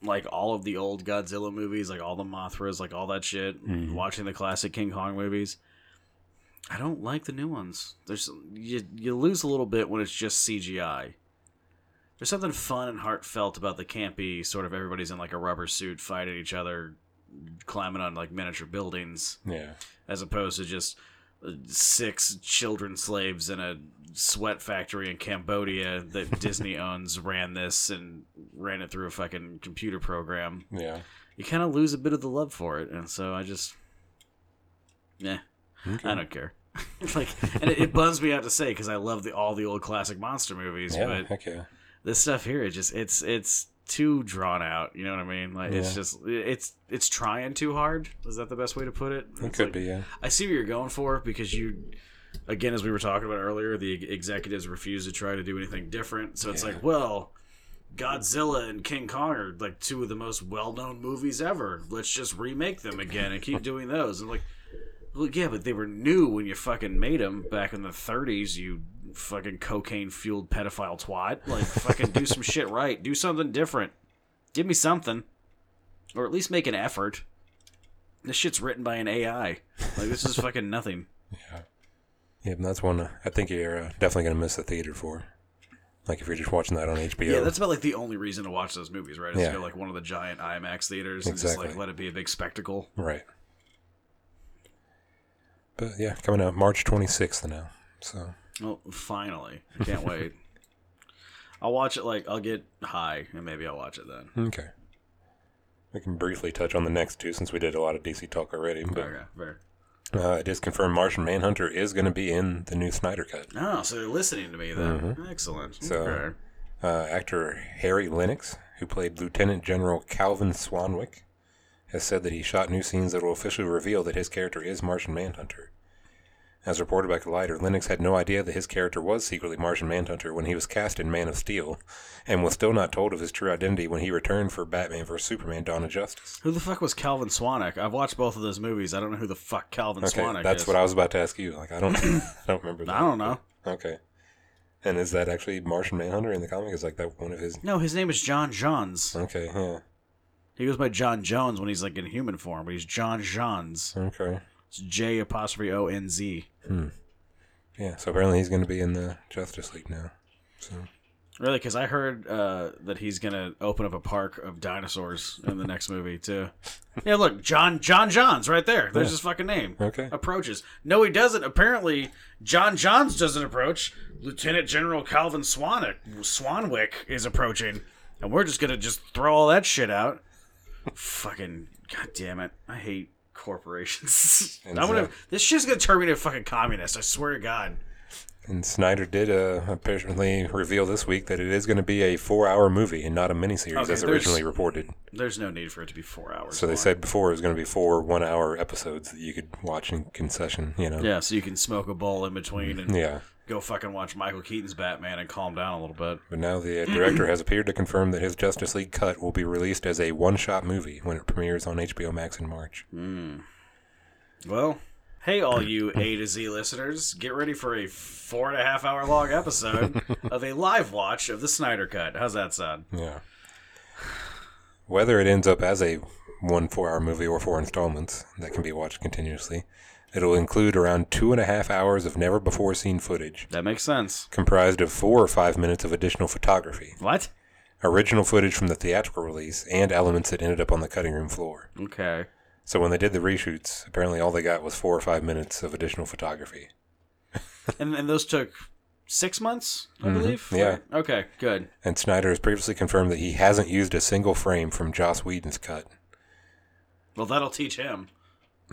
like all of the old Godzilla movies, like all the Mothras, like all that shit, Mhm. watching the classic King Kong movies, I don't like the new ones. There's you you lose a little bit when it's just CGI. There's something fun and heartfelt about the campy sort of everybody's in like a rubber suit fighting each other, climbing on like miniature buildings Yeah. as opposed to just uh, six children slaves in a sweat factory in Cambodia that Disney owns ran this and ran it through a fucking computer program. Yeah. You kind of lose a bit of the love for it, and so I just, nah, Okay. I don't care. like, and it, it bums me out to say because I love the all the old classic monster movies, Yeah. but Heck yeah. this stuff here, it just it's it's too drawn out. You know what I mean? Like, it's Yeah. just it's it's trying too hard. Is that the best way to put it? It It's could like- be. Yeah. I see what you're going for because you, again, as we were talking about earlier, the ex- executives refuse to try to do anything different. So it's Yeah. like, well, Godzilla and King Kong are like two of the most well known movies ever. Let's just remake them again and keep doing those. And like, well, yeah, but they were new when you fucking made them back in the 30s, you fucking cocaine fueled pedophile twat. Like, fucking do some shit right. Do something different. Give me something. Or at least make an effort. This shit's written by an AI. Like, this is fucking nothing. Yeah. Yeah, and that's one I think you're uh, definitely going to miss the theater for. Like if you're just watching that on HBO. Yeah, that's about like the only reason to watch those movies, right? Is Yeah. to go like one of the giant IMAX theaters and just like Exactly. let it be a big spectacle. right. But yeah, coming out March 26th now. So Well, finally, I can't wait. I'll watch it like I'll get high and maybe I'll watch it then. okay. We can briefly touch on the next two since we did a lot of DC talk already. But Okay, fair. uh, it is confirmed Martian Manhunter is going to be in the new Snyder Cut. Oh, so they're listening to me then. Excellent. Mm-hmm. So- okay. Uh, actor Harry Lennox, who played Lieutenant General Calvin Swanwick, has said that he shot new scenes that will officially reveal that his character is Martian Manhunter. As reported by Collider, Lennox had no idea that his character was secretly Martian Manhunter when he was cast in Man of Steel, and was still not told of his true identity when he returned for Batman vs. Superman Dawn of Justice. Who the fuck was Calvin Swanick? I've watched both of those movies. I don't know who the fuck Calvin Okay, Swanick that's is. what I was about to ask you. Like, I don't, I don't remember that. I don't know. Okay. And is that actually Martian Manhunter in the comic? Is like that one of his? No, his name is John Johns. Okay, yeah, He goes by John Jones when he's like in human form, but he's John Johns. okay. It's J apostrophe O N Z. Yeah, so apparently he's going to be in the Justice League now. So Really, because I heard uh, that he's gonna open up a park of dinosaurs in the next movie too. Yeah, look, John John Johns right there. There's his fucking name. okay, Approaches. No, he doesn't. Apparently, John Johns doesn't approach. Lieutenant General Calvin Swanick Swanwick is approaching, and we're just gonna just throw all that shit out. fucking god damn it! I hate corporations. I'm And gonna. so- This shit's gonna turn me into a fucking communist. I swear to God. and Snyder did uh, apparently reveal this week that it is going to be a four-hour movie and not a miniseries Okay, as there's- originally reported. There's no need for it to be four hours. So they long. said before it was going to be four one-hour episodes that you could watch in concession. You know, Yeah, so you can smoke a bowl in between and Yeah. go fucking watch Michael Keaton's Batman and calm down a little bit. But now the uh, director has appeared to confirm that his Justice League cut will be released as a one-shot movie when it premieres on HBO Max in March. Well, hey, all you A to Z listeners, get ready for a four and a half hour long episode of a live watch of the Snyder Cut. How's that sound? Yeah. Whether it ends up as a one four hour movie or four installments that can be watched continuously, it'll include around two and a half hours of never before seen footage, That makes sense. comprised of four or five minutes of additional photography, What? original footage from the theatrical release, and elements that ended up on the cutting room floor. Okay. So when they did the reshoots, apparently all they got was four or five minutes of additional photography. And, and those took six months, I believe? Mm-hmm. yeah. Okay, good. And Snyder has previously confirmed that he hasn't used a single frame from Joss Whedon's cut. Well, that'll teach him.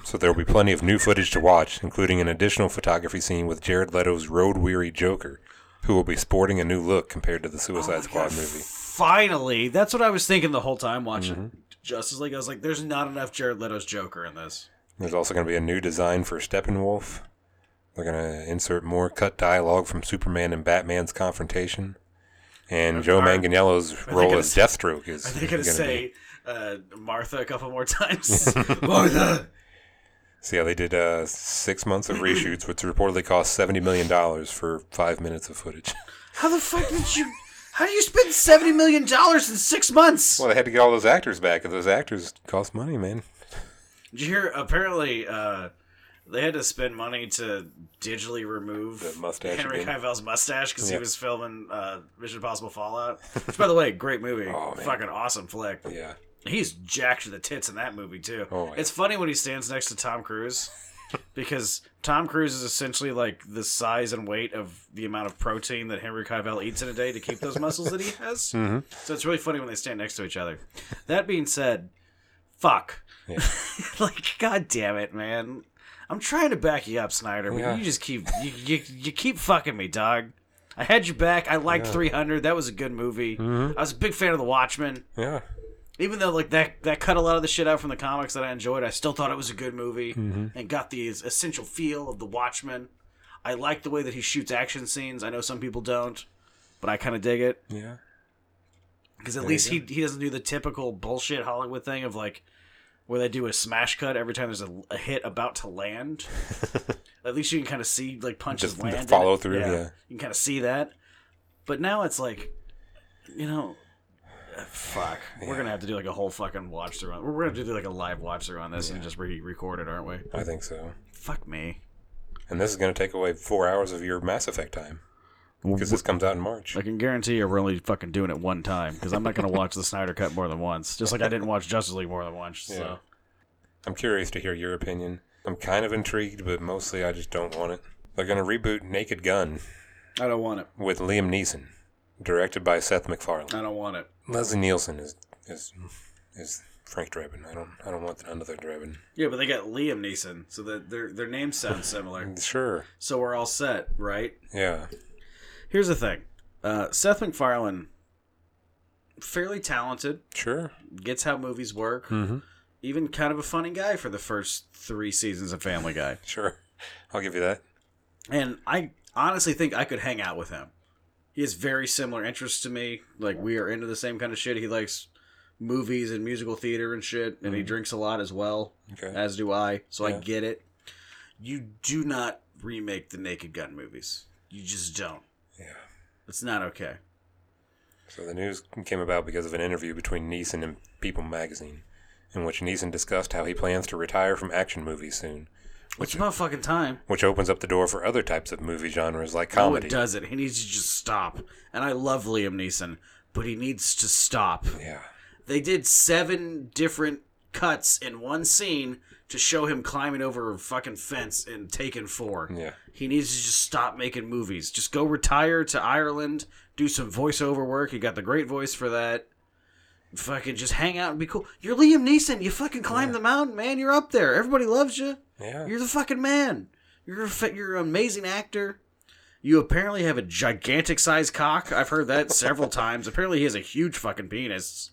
So there will be plenty of new footage to watch, including an additional photography scene with Jared Leto's road weary Joker, who will be sporting a new look compared to the Suicide Squad movie. Mm-hmm. Finally, that's what I was thinking the whole time watching Justice League. I was like, "There's not enough Jared Leto's Joker in this." There's also going to be a new design for Steppenwolf. They're going to insert more cut dialogue from Superman and Batman's confrontation. And Joe Manganiello's role gonna as say- Deathstroke is Are they going gonna to be. say uh, Martha a couple more times? Martha. So yeah, they did uh, six months of reshoots, which reportedly cost seventy million dollars for five minutes of footage. How the fuck did you? How do you spend seventy million dollars in six months? Well, they had to get all those actors back. and Those actors cost money, man. Did you hear? Apparently, uh, they had to spend money to digitally remove The mustache Henry again. Cavill's mustache because Yeah. he was filming uh, Mission Impossible Fallout. Which, by the way, great movie, Oh, man. fucking awesome flick. Yeah, He's jacked to the tits in that movie too. Oh, yeah. It's funny when he stands next to Tom Cruise because Tom Cruise is essentially like the size and weight of the amount of protein that Henry Cavill eats in a day to keep those muscles that he has. Mm-hmm. So it's really funny when they stand next to each other. That being said, fuck. Yeah. like, god damn it, man. I'm trying to back you up, Snyder, but Yeah. you just keep you, you you keep fucking me, dog. I had your back. I liked 300. That was a good movie. Mm-hmm. I was a big fan of The Watchmen yeah. even though like that that cut a lot of the shit out from the comics that I enjoyed, I still thought it was a good movie and got the essential feel of the Watchmen. I like the way that he shoots action scenes. I know some people don't, but I kind of dig it Yeah. because at least he he doesn't do the typical bullshit Hollywood thing of like where they do a smash cut every time there's a, a hit about to land. at least you can kind of see like punches Just the land in it. follow through, yeah. you can kind of see that. But now it's like, you know, uh, fuck. We're gonna have to do like a whole fucking watch through. On, we're gonna have to do like a live watch through on this and just re-record it, aren't we? I think so. Fuck me. And this is going to take away four hours of your Mass Effect time because this comes out in March. I can guarantee you, we're only fucking doing it one time because I'm not gonna watch the Snyder cut more than once. Just like I didn't watch Justice League more than once. Yeah. So. I'm curious to hear your opinion. I'm kind of intrigued, but mostly I just don't want it. They're going to reboot Naked Gun I don't want it. with Liam Neeson, directed by Seth MacFarlane. I don't want it. Leslie Nielsen is is is Frank Drebin. I don't I don't want another Drebin. Yeah, but they got Liam Neeson, so that their their names sound similar. Sure. so we're all set, right? Yeah. Here's the thing: uh, Seth MacFarlane, fairly talented, Sure. gets how movies work. Even kind of a funny guy for the first three seasons of Family Guy, Sure. I'll give you that. and I honestly think I could hang out with him. He has very similar interests to me. Like we are into the same kind of shit. He likes movies and musical theater and shit, and he drinks a lot as well. Okay. as do I. So Yeah. I get it. You do not remake the Naked Gun movies. You just don't. Yeah. It's not okay. So the news came about because of an interview between Neeson and People magazine, in which Neeson discussed how he plans to retire from action movies soon, It's about fucking time. which opens up the door for other types of movie genres like No, it comedy. doesn't. He needs to just stop. And I love Liam Neeson, but he needs to stop. yeah. They did seven different cuts in one scene to show him climbing over a fucking fence in Taken 4. Yeah. He needs to just stop making movies. Just go retire to Ireland, do some voiceover work. He got the great voice for that. Fucking just hang out and be cool. You're Liam Neeson. You fucking climb the mountain, man. You're up there. Everybody loves you. Yeah. You're the fucking man. You're a fa- you're an amazing actor. You apparently have a gigantic sized cock. I've heard that several times. Apparently, he has a huge fucking penis.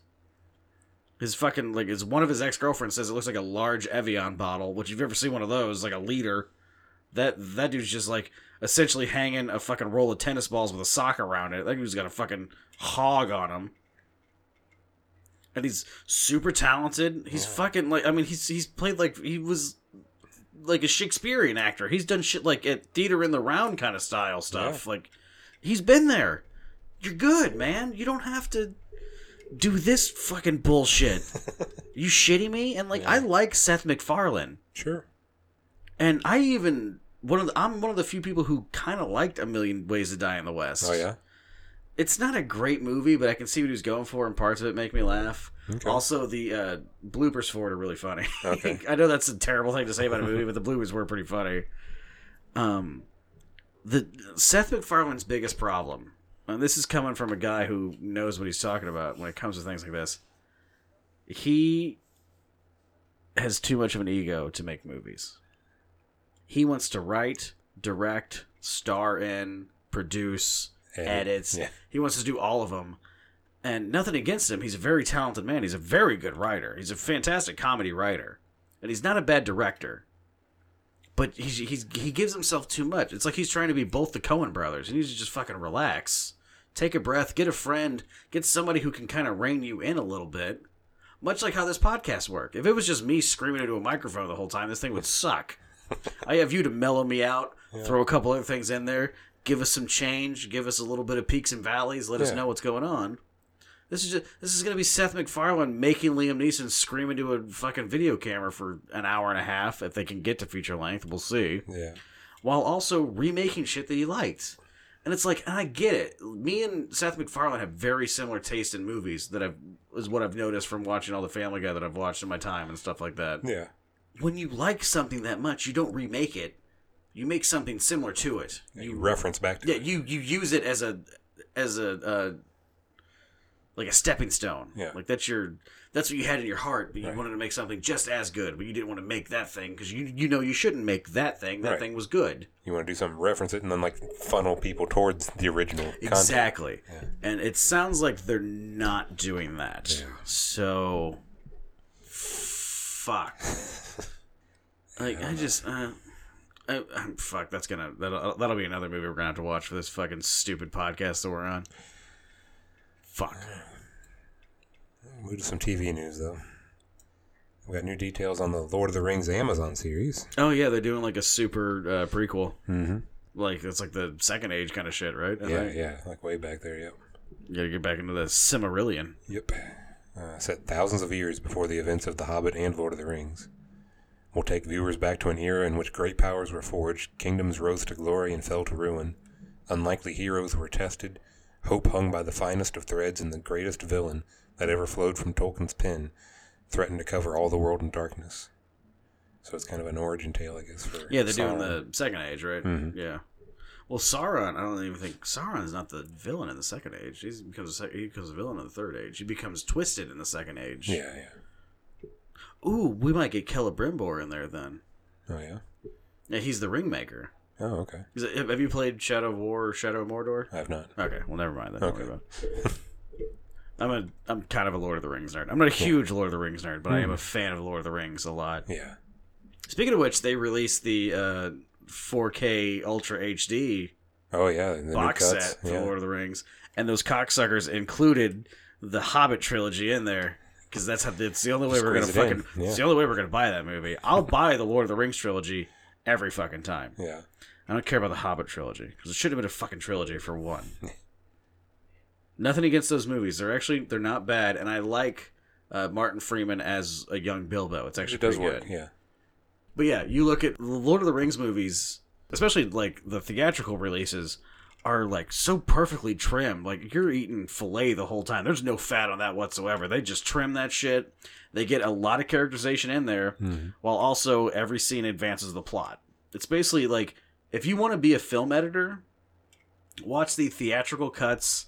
His fucking like his one of his ex girlfriends says it looks like a large Evian bottle. Which if you've ever seen one of those, like a liter, that that dude's just like essentially hanging a fucking roll of tennis balls with a sock around it. That dude's got a fucking hog on him. And he's super talented. He's fucking like I mean he's he's played like he was like a Shakespearean actor. He's done shit like at theater in the round kind of style stuff. Like he's been there. You're good, man. You don't have to do this fucking bullshit. you shitting me? And like I like Seth MacFarlane. Sure. And I even one of the, I'm one of the few people who kind of liked A Million Ways to Die in the West. Oh yeah. It's not a great movie, but I can see what he was going for, and parts of it make me laugh. Also, the uh, bloopers for it are really funny. Okay. I know that's a terrible thing to say about a movie, but the bloopers were pretty funny. Um, the Seth MacFarlane's biggest problem, and this is coming from a guy who knows what he's talking about when it comes to things like this. He has too much of an ego to make movies. He wants to write, direct, star in, produce, Edit, edits. yeah. He wants to do all of them. And nothing against him. He's a very talented man. He's a very good writer. He's a fantastic comedy writer. And he's not a bad director. But he's, he's, he gives himself too much. It's like he's trying to be both the Cohen brothers. He needs to just fucking relax, take a breath, get a friend, get somebody who can kind of rein you in a little bit much like how this podcast work. If it was just me screaming into a microphone the whole time, this thing would suck. I have you to mellow me out, throw a couple other things in there, give us some change, give us a little bit of peaks and valleys, let us Yeah. know what's going on. This is just, this is gonna be Seth MacFarlane making Liam Neeson scream into a fucking video camera for an hour and a half if they can get to feature length. We'll see Yeah. while also remaking shit that he liked. And it's like, and I get it. Me and Seth MacFarlane have very similar taste in movies that I've is what I've noticed from watching all the Family Guy that I've watched in my time and stuff like that. Yeah. When you like something that much, you don't remake it. You make something similar to it. You You reference back to yeah, it. you you use it as a as a uh, like a stepping stone. Yeah. like that's your that's what you had in your heart, but you wanted to make something just as good, but you didn't want to make that thing because you you know you shouldn't make that thing. That Right. thing was good. You want to do something, reference it, and then like funnel people towards the original content. Exactly. And it sounds like they're not doing that. So fuck. like I just uh I, I'm, fuck, that's gonna that'll, that'll be another movie we're gonna have to watch for this fucking stupid podcast that we're on. Fuck. Move to some TV news though. We got new details on the Lord of the Rings Amazon series. Oh yeah, they're doing like a super uh, prequel. Mm-hmm. Like it's like the second age kind of shit, right? I Yeah, think. yeah, like way back there. Yep. You gotta get back into the Cimmerillion. Yep. Uh, set thousands of years before the events of The Hobbit and Lord of the Rings. We'll take viewers back to an era in which great powers were forged, kingdoms rose to glory and fell to ruin, unlikely heroes were tested, hope hung by the finest of threads, and the greatest villain that ever flowed from Tolkien's pen threatened to cover all the world in darkness. So it's kind of an origin tale, I guess. For Yeah, they're Sauron. Mm-hmm. doing the second age, right? Yeah. Well, Sauron, I don't even think Sauron's not the villain in the second age. He's becomes a sec- he becomes a villain in the third age. He becomes twisted in the second age. Yeah, yeah. Ooh, we might get Celebrimbor in there then. Oh, yeah? Yeah, he's the ringmaker. Oh, okay. Is it, have have you played Shadow of War or Shadow of Mordor? I have not. Okay, well, never mind. Then. Don't worry Okay. about it. I'm a I'm kind of a Lord of the Rings nerd. I'm not a huge Lord of the Rings nerd, but I am Mm-hmm. a fan of Lord of the Rings a lot. Yeah. Speaking of which, they released the uh, 4K Ultra HD Oh, yeah. The box new cuts. set for yeah. Lord of the Rings, and those cocksuckers included the Hobbit trilogy in there because that's how it's the only way we're gonna Squeeze it in, fucking it's the only way we're gonna buy that movie. I'll buy the Lord of the Rings trilogy every fucking time. yeah. I don't care about the Hobbit trilogy because it should have been a fucking trilogy for one. Nothing against those movies; they're actually they're not bad, and I like uh, Martin Freeman as a young Bilbo. It's actually It does pretty work. good. Yeah. But yeah, you look at the Lord of the Rings movies, especially like the theatrical releases, are like so perfectly trimmed. Like you're eating filet the whole time. There's no fat on that whatsoever. They just trim that shit. They get a lot of characterization in there, while also every scene advances the plot. It's basically like if you want to be a film editor, watch the theatrical cuts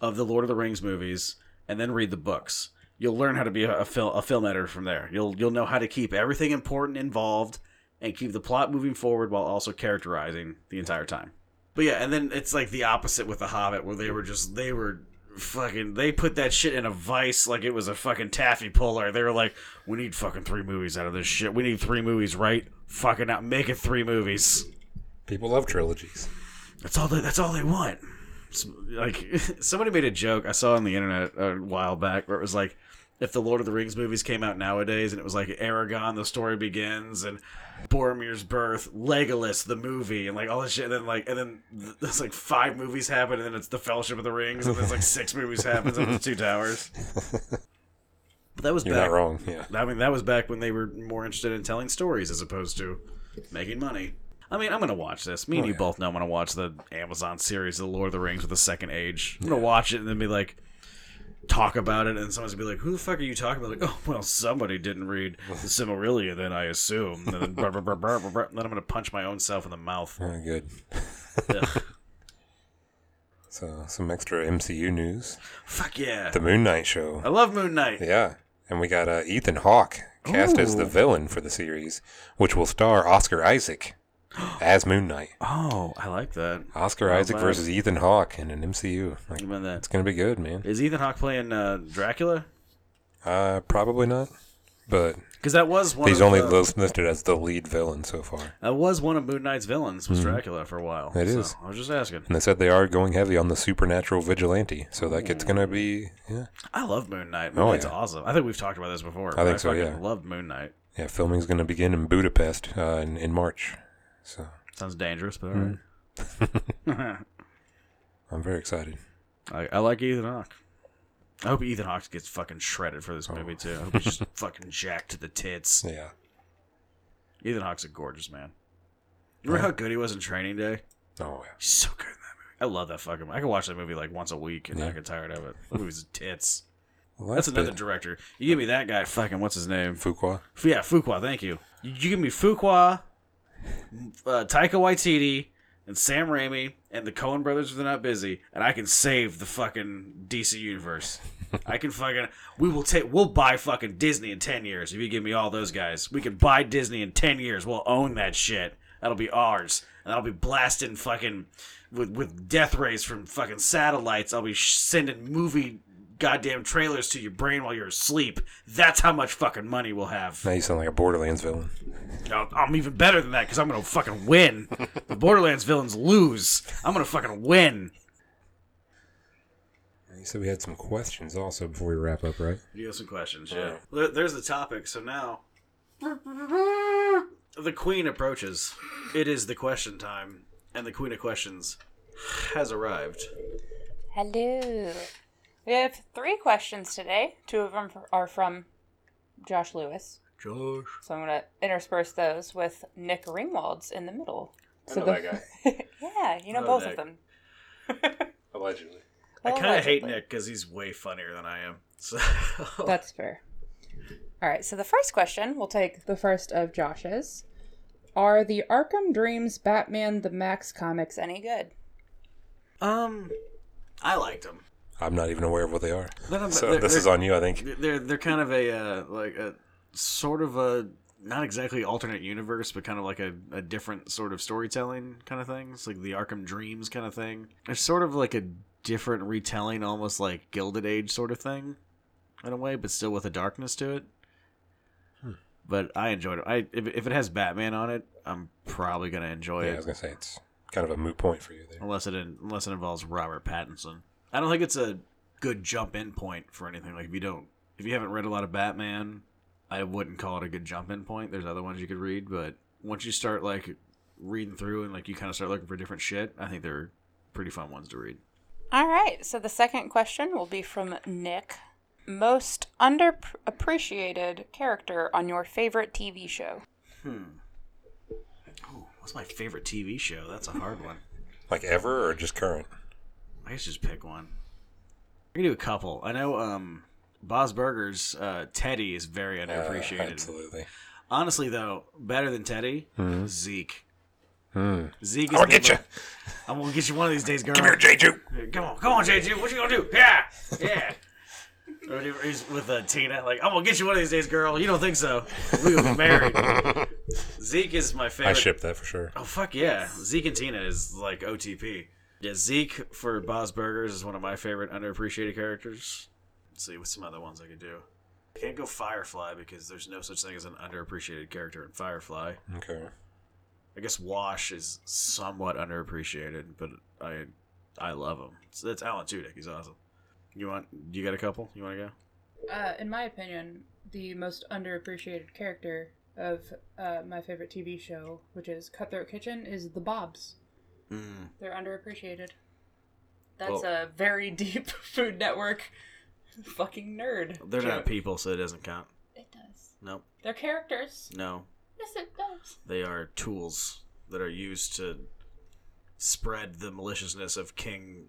of the Lord of the Rings movies and then read the books. You'll learn how to be a, a, fil- a film editor from there. You'll you'll know how to keep everything important involved and keep the plot moving forward while also characterizing the entire time. But yeah, and then it's like the opposite with the Hobbit, where they were just they were fucking they put that shit in a vice like it was a fucking taffy puller. They were like, we need fucking three movies out of this shit. We need three movies, right? Fucking out, make it three movies. People love trilogies. That's all. They, that's all they want. S- Like somebody made a joke I saw on the internet a while back where it was like, if the Lord of the Rings movies came out nowadays, and it was like Aragon, the story begins, and Boromir's birth, Legolas, the movie, and like all this shit, and then like, and then th- there's like five movies happen, and then it's the Fellowship of the Rings, and there's like six movies happen, and it's two towers. But that was You're back. not wrong. Yeah. I mean, that was back when they were more interested in telling stories as opposed to making money. I mean, I'm gonna watch this. Oh, Me and you both know I'm gonna watch the Amazon series, The Lord of the Rings, with the Second Age. I'm gonna watch it and then be like, talk about it, and someone's gonna be like, "Who the fuck are you talking about?" Like, oh well, somebody didn't read the Silmarillion, then I assume. And then, brr, brr, brr, brr, brr, brr. then I'm gonna punch my own self in the mouth. Oh, good. Ugh. So, some extra MCU news. fuck yeah! The Moon Knight show. I love Moon Knight. Yeah. And we got uh, Ethan Hawke cast as the villain for the series, which will star Oscar Isaac as Moon Knight. Oh, I like that. Oscar Isaac bad. versus Ethan Hawke in an MCU. Like, Think about that. it's gonna be good, man. Is Ethan Hawke playing uh, Dracula? Uh, probably not, but Because that was one. he's of only the, lis- listed as the lead villain so far. that was one of Moon Knight's villains was Dracula for a while. Mm-hmm. It so is. I was just asking. And they said they are going heavy on the supernatural vigilante, so like it's gonna be yeah, I love Moon Knight. Moon Oh, Knight's yeah. awesome. I think we've talked about this before. but think so, fucking yeah. Loved Moon Knight. yeah. Filming's gonna begin in Budapest uh, in in March, so Sounds dangerous, but alright. Mm-hmm. I'm very excited. I, I like Ethan Hawke. I hope Ethan Hawke gets fucking shredded for this Oh. movie too. I hope he's just fucking jacked to the tits. Yeah, Ethan Hawke's a gorgeous man. Remember how good he was in Training Day? oh yeah. He's so good in that movie. I love that fucking. I could watch that movie like once a week and not Yeah. get tired of it. The movie's tits. Well, That's another the- director. You give me that guy. Fucking what's his name? Fuqua. F- Yeah, Fuqua. Thank you. You, you give me Fuqua, uh, Taika Waititi, and Sam Raimi, and the Coen Brothers if they're not busy, and I can save the fucking DC universe. I can fucking. We will take. We'll buy fucking Disney in ten years if you give me all those guys. We can buy Disney in ten years. We'll own that shit. That'll be ours, and I'll be blasting fucking with with death rays from fucking satellites. I'll be sh- sending movie goddamn trailers to your brain while you're asleep. That's how much fucking money we'll have. Now you sound like a Borderlands villain. No, I'm even better than that because I'm gonna fucking win. the Borderlands villains lose. I'm gonna fucking win. You said we had some questions also before we wrap up, right? You have some questions, yeah. There- There's the topic. So now, the queen approaches. It is the question time, and the queen of questions has arrived. Hello. We have three questions today. Two of them are from Josh Lewis. Josh, So I'm going to intersperse those with Nick Ringwald's in the middle. I So know the- that guy. yeah, you know Oh, both Nick. of them. Allegedly. I kind of hate Allegedly. Nick because he's way funnier than I am. So That's fair. All right, so the first question, we'll take the first of Josh's. Are the Arkham Dreams Batman the Max comics any good? um, I liked him. I'm not even aware of what they are. No, no, Oh, but so they're- this is they're- on you, I think. They're they're kind of a uh, like a sort of a not exactly alternate universe, but kind of like a, a different sort of storytelling kind of thing. It's like the Arkham Dreams kind of thing. It's sort of like a different retelling, almost like Gilded Age sort of thing, in a way, but still with a darkness to it. But I enjoyed it. I if, if it has Batman on it, I'm probably gonna enjoy Yeah, I it was gonna say it's kind of a moot point for you there. unless it in, unless it involves Robert Pattinson. I don't think it's a good jump in point for anything. Like if you don't, if you haven't read a lot of Batman, I wouldn't call it a good jump in point. There's other ones you could read, but once you start like reading through and like you kind of start looking for different shit, I think they're pretty fun ones to read. All right, so the second question will be from Nick. Most underappreciated character on your favorite TV show? Ooh, what's my favorite TV show? That's a hard one. Like ever or just current? I guess just pick one. I can do a couple. I know um Boz Burgers uh, Teddy is very Uh, underappreciated. absolutely. Honestly, though, better than Teddy, Hmm. Zeke. Zeke is I'll the get mo- you. I'm gonna get you one of these days, girl. Come here, Jeju. Come on, come on, JJ. What you gonna do? Yeah, yeah. Or whatever he's with uh, Tina, like I'm gonna get you one of these days, girl. You don't think so? We gonna be married. Zeke is my favorite. I ship that for sure. Oh fuck yeah! Zeke and Tina is like OTP. Yeah, Zeke for Boz Burgers is one of my favorite underappreciated characters. Let's see what some other ones I could do. I can't go Firefly because there's no such thing as an underappreciated character in Firefly. Okay. I guess Wash is somewhat underappreciated, but I I love him. So that's Alan Tudyk. He's awesome. You want? You got a couple? You want to go? Uh, in my opinion, the most underappreciated character of uh, my favorite TV show, which is Cutthroat Kitchen, is the Bobs. They're underappreciated. That's Well- a very deep Food Network fucking nerd. They're not joke. people, so it doesn't count. It does. Nope. They're characters. No. Yes, it does. They are tools that are used to spread the maliciousness of King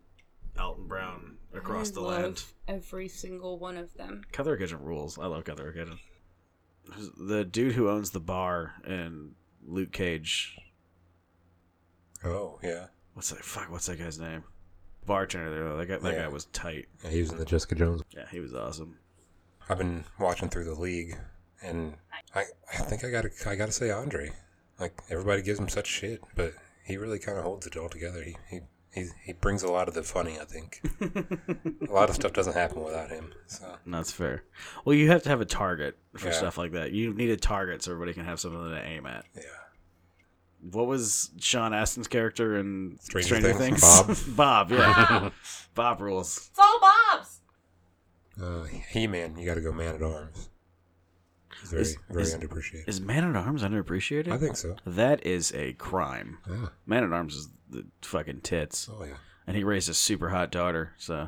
Alton Brown across the land. Every single one of them. Cutthroat Kitchen rules. I love Cutthroat Kitchen. The dude who owns the bar in Luke Cage. Oh yeah. What's that? Fuck. What's that guy's name? Bartender. There. That guy. That Yeah. guy was tight. yeah. He was in the Jessica Jones. Yeah, he was awesome. I've been watching through the league, and I, I think I gotta I gotta say Andre. Like everybody gives him such shit, but he really kind of holds it all together. He he he, he brings a lot of the funny. I think a lot of stuff doesn't happen without him. So That's fair. Well, you have to have a target for Yeah. stuff like that. You need a target so everybody can have something to aim at. yeah, What was Sean Astin's character in Stranger Stranger, Things? Things? Bob, yeah. Bob rules. It's all Bob's. uh, He Man, you gotta go Man at Arms. He's very Is- very is- underappreciated. Is Man at Arms underappreciated? I think so. that is a crime. Yeah. Man at Arms is the fucking tits, Oh yeah. and he raised a super hot daughter. So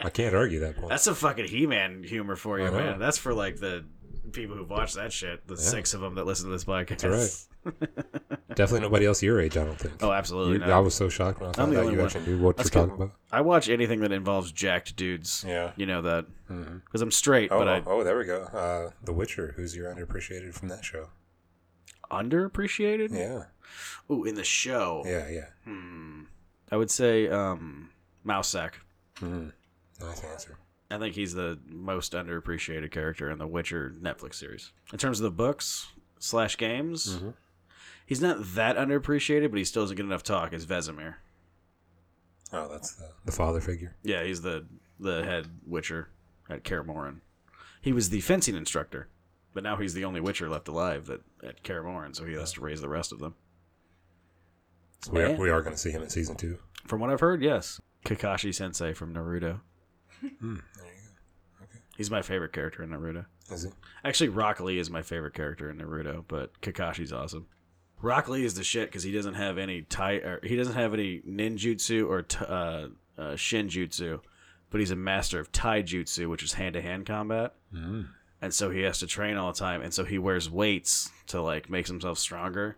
I can't argue that point. that's some fucking He-Man humor for I you, know. man. That's for like the people who've watched that shit. The six of them that listen to this podcast. That's Definitely nobody else your age. I don't think. Oh, absolutely. You- not. I was so shocked when I found the out only you one. actually knew what That's you're good. talking about. I watch anything that involves jacked dudes. Yeah. You know that. Because I'm straight, Oh, but I oh, there we go. Uh, the Witcher. Who's your underappreciated from that show? underappreciated. oh. Yeah, Ooh, in the show. yeah, yeah. Hmm. I would say um, Mousak. Mm. Nice answer. I think he's the most underappreciated character in the Witcher Netflix series. In terms of the books slash games, Mhm. he's not that underappreciated, but he still doesn't get enough talk as Vesemir. Oh, that's the, the father figure. Yeah, he's the the head Witcher at Kaer Morhen. He was the fencing instructor, but now he's the only Witcher left alive that at Kaer Morhen, so he has to raise the rest of them. So we, are, Yeah. we are going to see him in season two. From what I've heard, yes, Kakashi Sensei from Naruto. Hmm. Mm. There you He's my favorite character in Naruto. go. Is he? Actually, Rock Lee is my favorite character in Naruto, but Kakashi's awesome. Rock Lee is the shit because he doesn't have any tie, or he doesn't have any ninjutsu or t- uh, uh, shinjutsu, but he's a master of taijutsu, which is hand to hand combat, Mm. and so he has to train all the time, and so he wears weights to like make himself stronger.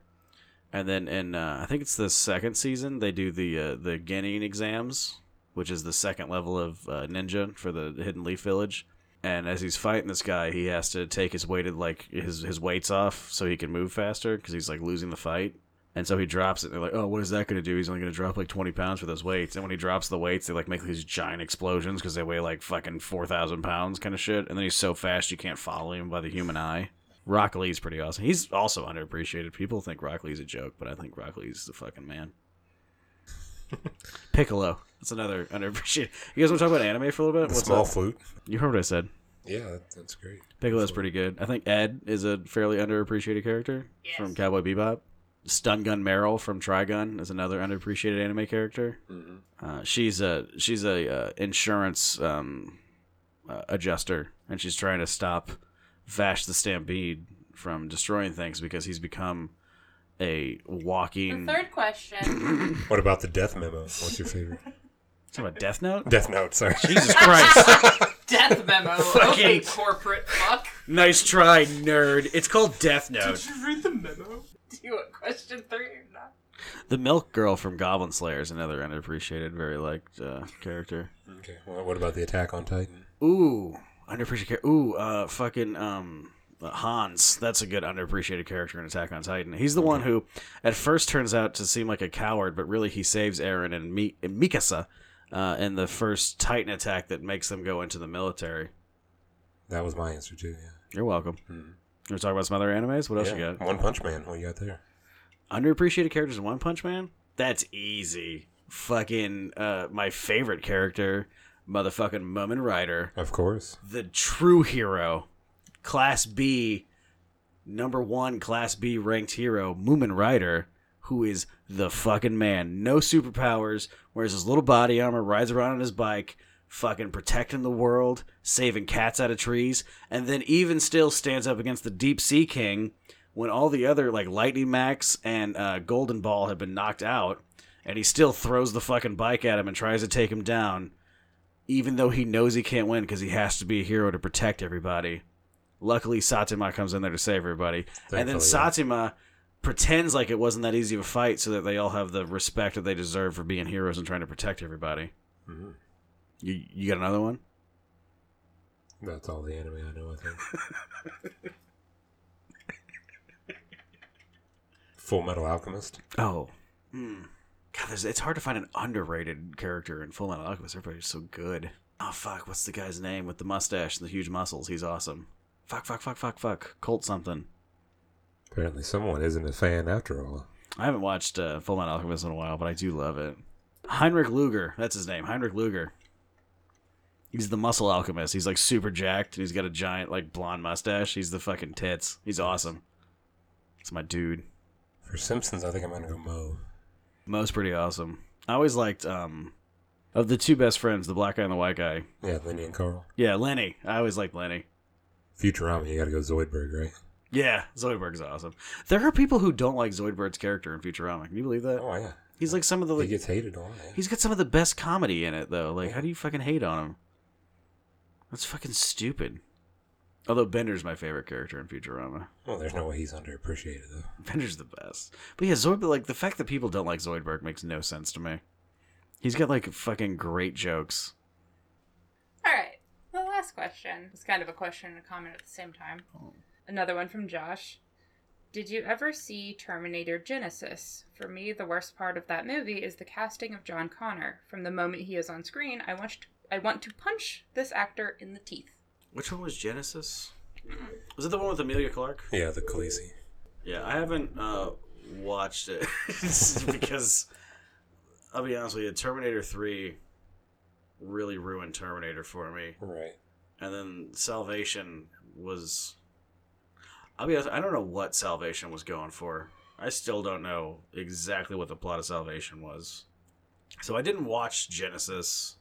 And then in uh, I think it's the second season they do the uh, the Genin exams, which is the second level of uh, ninja for the Hidden Leaf Village. And as he's fighting this guy, he has to take his weighted like his his weights off so he can move faster because he's like losing the fight. And so he drops it. And they're like, "Oh, what is that going to do? He's only going to drop like twenty pounds for those weights." And when he drops the weights, they like make these giant explosions because they weigh like fucking four thousand pounds, kind of shit. And then he's so fast you can't follow him by the human eye. Rock Lee's pretty awesome. He's also underappreciated. People think Rock Lee's a joke, but I think Rock Lee's the fucking man. Piccolo. That's another underappreciated. You guys want to talk about anime for a little bit? The What's small up? flute. You heard what I said. Yeah, that, that's great. Piccolo's pretty good. I think Ed is a fairly underappreciated character Yes. from Cowboy Bebop. Stun Gun Meryl from Trigun is another underappreciated anime character. Uh, she's a she's a uh, insurance um, uh, adjuster, and she's trying to stop Vash the Stampede from destroying things because he's become a The walking. third question. What about the death memo? What's your favorite? Talking about Death Note. death note. Sorry. Jesus Christ! Death memo. Fucking- Okay, corporate fuck. nice try, nerd. It's called Death Note. you read the memo? Do you want question three or not? The Milk Girl from Goblin Slayer is another underappreciated, very liked uh, character. okay. Well, what about the Attack on Titan? Ooh, underappreciated character. Ooh, uh, fucking um, Hans. That's a good underappreciated character in Attack on Titan. He's the one who, at first, turns out to seem like a coward, but really he saves Eren and, Mi- and Mikasa uh, in the first Titan attack that makes them go into the military. That was my answer too. Yeah. You're welcome. Mhm. You want to talk about some other animes? What else Yeah. you got? One Punch Man. What you got there? Underappreciated characters in One Punch Man? That's easy. Fucking uh, my favorite character, motherfucking Mumen Rider. Of course. the true hero, Class B, number one Class B ranked hero, Moomin Rider, who is the fucking man. No superpowers, wears his little body armor, rides around on his bike, fucking protecting the world, saving cats out of trees, and then even still stands up against the Deep Sea King when all the other, like Lightning Max and uh, Golden Ball, have been knocked out. And he still throws the fucking bike at him and tries to take him down even though he knows he can't win because he has to be a hero to protect everybody. Luckily, Satima comes in there to save everybody. and then Thankfully, Satima pretends like it wasn't that easy of a fight so that they all have the respect that they deserve for being heroes and trying to protect everybody. Mhm. You, you got another one? That's all the anime I know. I think. Full Metal Alchemist. Oh. Hmm. God, there's, it's hard to find an underrated character in Full Metal Alchemist. Everybody's so good. Oh fuck, what's the guy's name with the mustache and the huge muscles? He's awesome. Fuck, fuck, fuck, fuck, fuck. Colt something. Apparently, someone isn't a fan after all. I haven't watched uh, Full Metal Alchemist in a while, but I do love it. Heinrich Luger, that's his name. Heinrich Luger. He's the muscle alchemist. He's like super jacked, and he's got a giant like blonde mustache. He's the fucking tits. He's awesome. It's my dude. For Simpsons, I think I'm gonna go Mo. Mo's pretty awesome. I always liked um, of the two best friends, the black guy and the white guy. Yeah, Lenny and Carl. Yeah, Lenny. I always liked Lenny. Futurama, you gotta go Zoidberg, right? Yeah, Zoidberg's awesome. There are people who don't like Zoidberg's character in Futurama. Can you believe that? Oh yeah, He's like some of the he like, gets hated on. eh? he's got some of the best comedy in it though. Like, how do you fucking hate on him? That's fucking stupid. Although Bender's my favorite character in Futurama. Well, there's no way he's underappreciated though. Bender's the best. But yeah, Zoidberg. Like the fact that people don't like Zoidberg makes no sense to me. He's got like fucking great jokes. All right. The last question It's kind of a question and a comment at the same time. Another one from Josh. Did you ever see Terminator Genesis? For me, the worst part of that movie is the casting of John Connor. From the moment he is on screen, I want to, I want to punch this actor in the teeth. Which one was Genesis? Was it the one with Amelia Clark? Yeah, the Khaleesi. Yeah, I haven't uh, watched it because I'll be honest with you, Terminator Three really ruined Terminator for me, Right. and then Salvation was. I'll be honest, I don't know what Salvation was going for. I still don't know exactly what the plot of Salvation was. So I didn't watch Genesis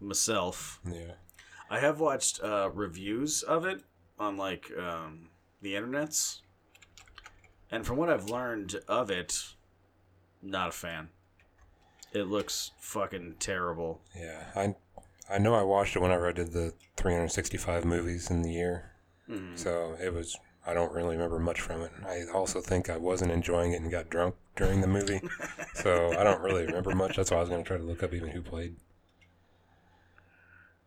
myself. Yeah. I have watched uh, reviews of it on like um, the internets, and from what I've learned of it, not a fan. It looks fucking terrible. Yeah. I I know I watched it whenever I did the 365 movies in the year, Mm. so it was. I don't really remember much from it. I also think I wasn't enjoying it and got drunk during the movie, so I don't really remember much. That's why I was going to try to look up even who played.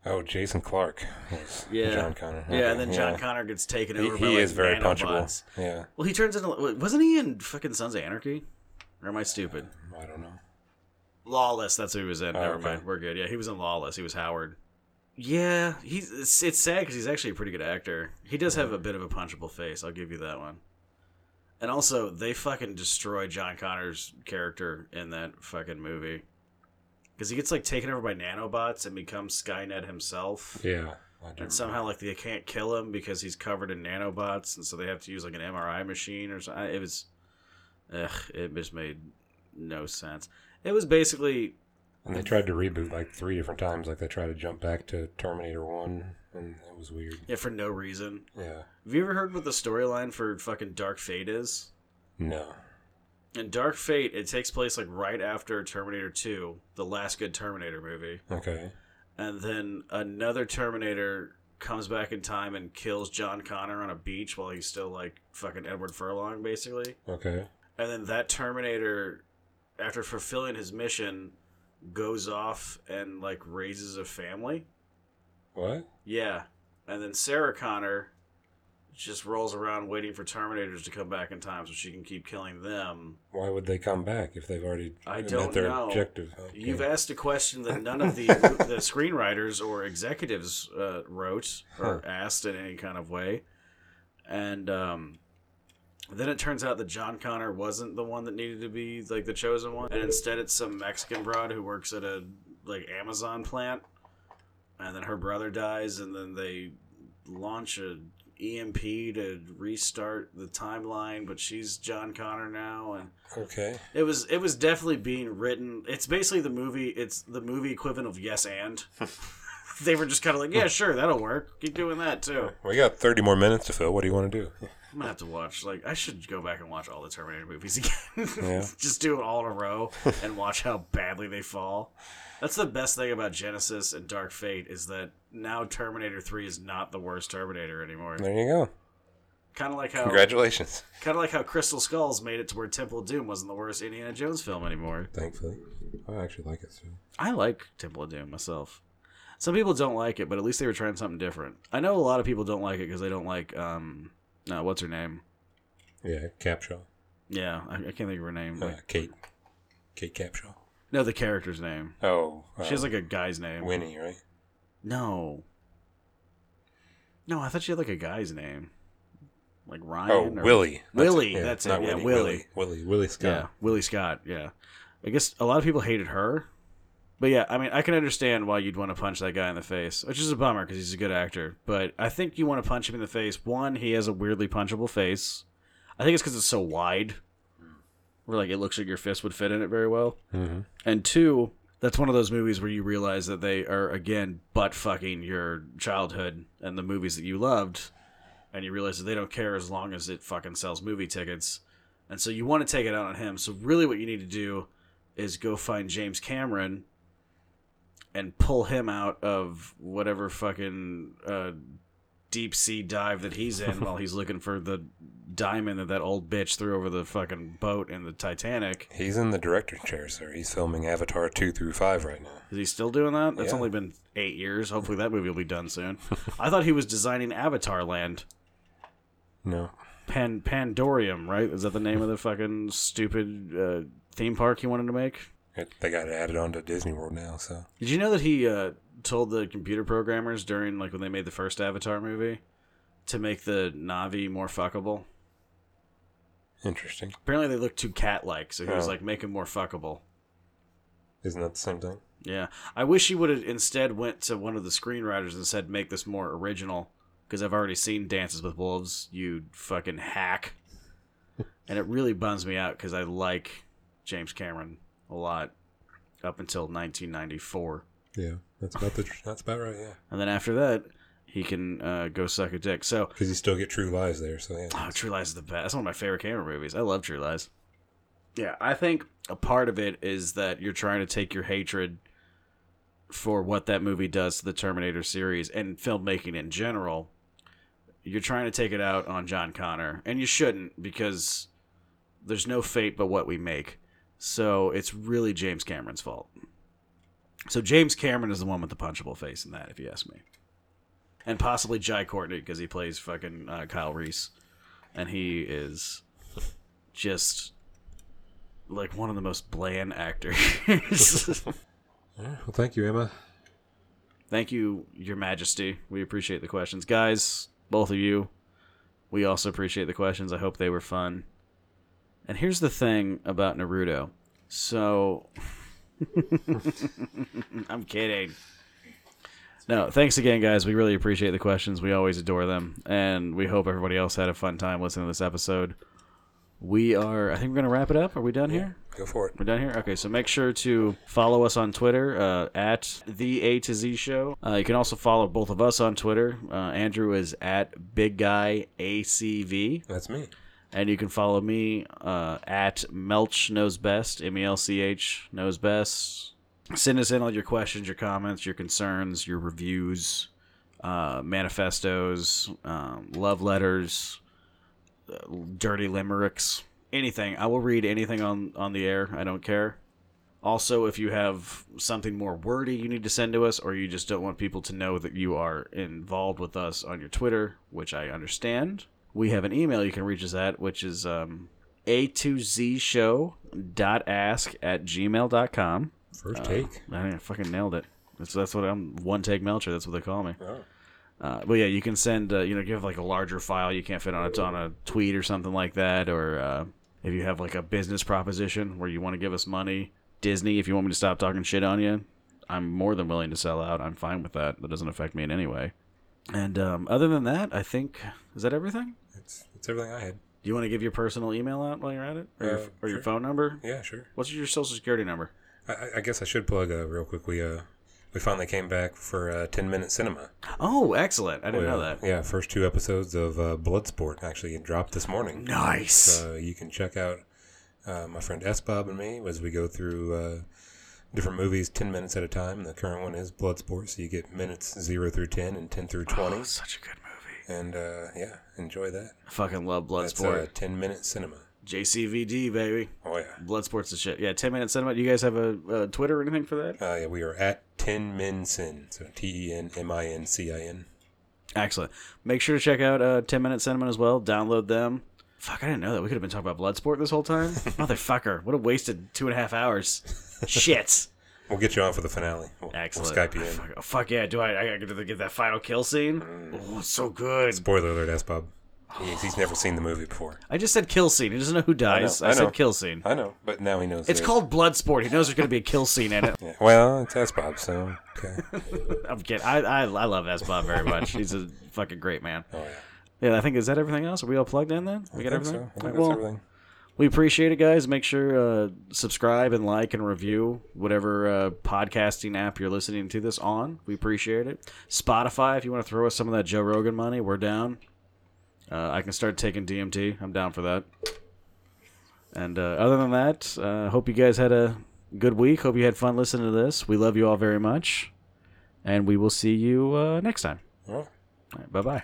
Oh, Jason Clark was Yeah. John Connor. Yeah, and Okay, then John Connor gets taken He, over. by, he like, is very nanobots. punchable. Yeah, Well, he turns into wasn't he in fucking Sons of Anarchy? Or am I stupid? I don't know. Lawless. That's who he was in. Oh, Never okay. mind. We're good. Yeah, he was in Lawless. He was Howard. Yeah, he's it's, it's sad because he's actually a pretty good actor. He does have a bit of a punchable face. I'll give you that one. And also, they fucking destroy John Connor's character in that fucking movie because he gets like taken over by nanobots and becomes Skynet himself. Yeah, I do. And somehow, like they can't kill him because he's covered in nanobots, and so they have to use like an MRI machine or something. It was, ugh, it just made no sense. It was basically And they tried to reboot like three different times. Like they tried to jump back to Terminator One, and it was weird. Yeah, for no reason. Yeah. Have you ever heard what the storyline for fucking Dark Fate is? No. In Dark Fate, it takes place like right after Terminator 2, the last good Terminator movie. Okay. And then another Terminator comes back in time and kills John Connor on a beach while he's still like fucking Edward Furlong, basically. Okay. And then that Terminator, after fulfilling his mission, goes off and like raises a family. What? Yeah. And then Sarah Connor just rolls around waiting for Terminators to come back in time so she can keep killing them. Why would they come back if they've already I met don't their know. objective? Okay. You've asked a question that none of the, the screenwriters or executives uh, wrote or asked in any kind of way. And um, then it turns out that John Connor wasn't the one that needed to be like the chosen one, and instead it's some Mexican broad who works at a like Amazon plant. And then her brother dies, and then they launch a EMP to restart the timeline. But she's John Connor now, and Okay. it was it was definitely being written. It's basically the movie. It's the movie equivalent of Yes and. they were just kind of like, yeah, sure, that'll work. Keep doing that too. We got 30 more minutes to fill. What do you want to do? I'm gonna have to watch. Like, I should go back and watch all the Terminator movies again. Yeah. just do it all in a row and watch how badly they fall. That's the best thing about Genesis and Dark Fate is that now Terminator Three is not the worst Terminator anymore. There you go. Kind of like how Congratulations. kind of like how Crystal Skulls made it to where Temple of Doom wasn't the worst Indiana Jones film anymore. Thankfully. I actually like it too. I like Temple of Doom myself. Some people don't like it, but at least they were trying something different. I know a lot of people don't like it because they don't like um, no, what's her name? Yeah, Capshaw. Yeah, I, I can't think of her name. Uh, Kate. Kate Capshaw. No, the character's name. Oh. Uh, She has like a guy's name. Winnie, right? No. No, I thought she had like a guy's name, like Oh, Ryan. or- Willie. Willie, that's it, not yeah, Winnie, Willie. Willie. Willie. Willie Scott. Yeah, Willie Scott. Yeah, I guess a lot of people hated her, but yeah, I mean, I can understand why you'd want to punch that guy in the face, which is a bummer because he's a good actor. But I think you want to punch him in the face. One, he has a weirdly punchable face. I think it's because it's so wide, where like it looks like your fist would fit in it very well. Mm-hmm. And two, that's one of those movies where you realize that they are again butt fucking your childhood and the movies that you loved, and you realize that they don't care as long as it fucking sells movie tickets. And so you want to take it out on him. So really what you need to do is go find James Cameron and pull him out of whatever fucking uh, deep sea dive that he's in while he's looking for the diamond that that old bitch threw over the fucking boat in the Titanic. He's in the director's chair, sir. He's filming Avatar 2 through 5 right now. Is he still doing that? That's Yeah. only been eight years. Hopefully, that movie will be done soon. I thought he was designing Avatar Land, No. Pan Pandorium, right? Is that the name of the fucking stupid uh, theme park he wanted to make? It, they got it added onto Disney World now, so. Did you know that he uh, told the computer programmers during like when they made the first Avatar movie to make the Navi more fuckable? Interesting. Apparently, they look too cat-like, so he was Oh. like, "Make them more fuckable." Isn't that the same thing? Yeah, I wish he would have instead went to one of the screenwriters and said, "Make this more original," because I've already seen Dances with Wolves. You fucking hack, and it really bums me out because I like James Cameron a lot up until 1994, Yeah. That's about the that's about right, yeah. and then after that, he can uh, go suck a dick. So, Cuz you still get true lies there, so yeah. oh, True Lies is the best. That's one of my favorite Cameron movies. I love True Lies. Yeah, I think a part of it is that you're trying to take your hatred for what that movie does to the Terminator series and filmmaking in general. You're trying to take it out on John Connor, and you shouldn't because there's no fate but what we make. So it's really James Cameron's fault. So James Cameron is the one with the punchable face in that, if you ask me, and possibly Jai Courtney because he plays fucking uh, Kyle Reese, and he is just like one of the most bland actors. Well, thank you, Emma. Thank you, Your Majesty. We appreciate the questions. Guys, both of you, we also appreciate the questions. I hope they were fun. And here's the thing about Naruto. So, I'm kidding. No, thanks again, guys. We really appreciate the questions. We always adore them. And we hope everybody else had a fun time listening to this episode. We are, I think we're going to wrap it up. Are we done here? Go for it. We're done here. Okay, so make sure to follow us on Twitter uh, at the A to Z Show. Uh, you can also follow both of us on Twitter. Uh, Andrew is at Big Guy ACV, That's me. and you can follow me uh, at Melch Knows Best. M E L C H Knows Best. Send us in all your questions, your comments, your concerns, your reviews, uh, manifestos, um, love letters, uh, dirty limericks, anything. I will read anything on on the air. I don't care. Also, if you have something more wordy you need to send to us, or you just don't want people to know that you are involved with us on your Twitter, which I understand, we have an email you can reach us at, which is um, a2zshow.ask at gmail.com. First Uh, take. I think I fucking nailed it. That's, that's what I'm one take Melcher. That's what they call me. Oh. Uh, but yeah, you can send uh, you know give like a larger file you can't fit on a on a tweet or something like that, or uh, if you have like a business proposition where you want to give us money, Disney, if you want me to stop talking shit on you, I'm more than willing to sell out. I'm fine with that. That doesn't affect me in any way. And um, other than that, I think is that everything. It's it's everything I had. Do you want to give your personal email out while you're at it, or, your, Uh, or your sure. phone number? Yeah, sure. What's your social security number? I- I, I guess I should plug uh, real quick. We uh we finally came back for uh, 10 minute cinema. Oh, excellent! I didn't know Yeah. that. Yeah, first two episodes of uh, Bloodsport actually dropped this morning. Nice. So you can check out uh, my friend S Bob and me as we go through uh, different movies 10 minutes at a time. The current one is Bloodsport, so you get minutes 0 through 10 and 10 through 20. Oh, such a good movie. And uh, yeah, enjoy that. I fucking love That's Bloodsport. uh, 10 minute cinema. JCVD, baby. Oh, yeah. Bloodsport's the shit. Yeah, 10 Minute Cinema. Do you guys have a, uh Twitter or anything for that? Uh, yeah, we are at 10 Min Sin. So T E N M I N C I N. Excellent. Make sure to check out uh, 10 Minute Cinema as well. Download them. Fuck, I didn't know that. We could have been talking about Bloodsport this whole time. Motherfucker. What a wasted two and a half hours. shit. We'll get you on for the finale. We'll, we'll Excellent. Skype you in. Fuck, oh, fuck yeah! Do I? I got to get that final kill scene. Mm. Oh, it's so good. Spoiler alert, ask Bob. He's, he's never seen the movie before. I just said kill scene. He doesn't know who dies. I, I know. said kill scene. I know, but now he knows. It's it. called Bloodsport. He knows there's going to be a kill scene in it. Yeah. Well, it's ask Bob, so okay. I'm kidding. I, I, I love S. Bob very much. He's a fucking great man. Oh yeah. Yeah, I think, is that everything else? Are we all plugged in then? We I got think everything? so. I think that's Well, everything. we appreciate it, guys. Make sure uh, subscribe and like and review whatever uh, podcasting app you're listening to this on. We appreciate it. Spotify, if you want to throw us some of that Joe Rogan money, we're down. Uh, I can start taking DMT. I'm down for that. And uh, other than that, uh, hope you guys had a good week. Hope you had fun listening to this. We love you all very much, and we will see you uh, next time. All right. All right, bye bye.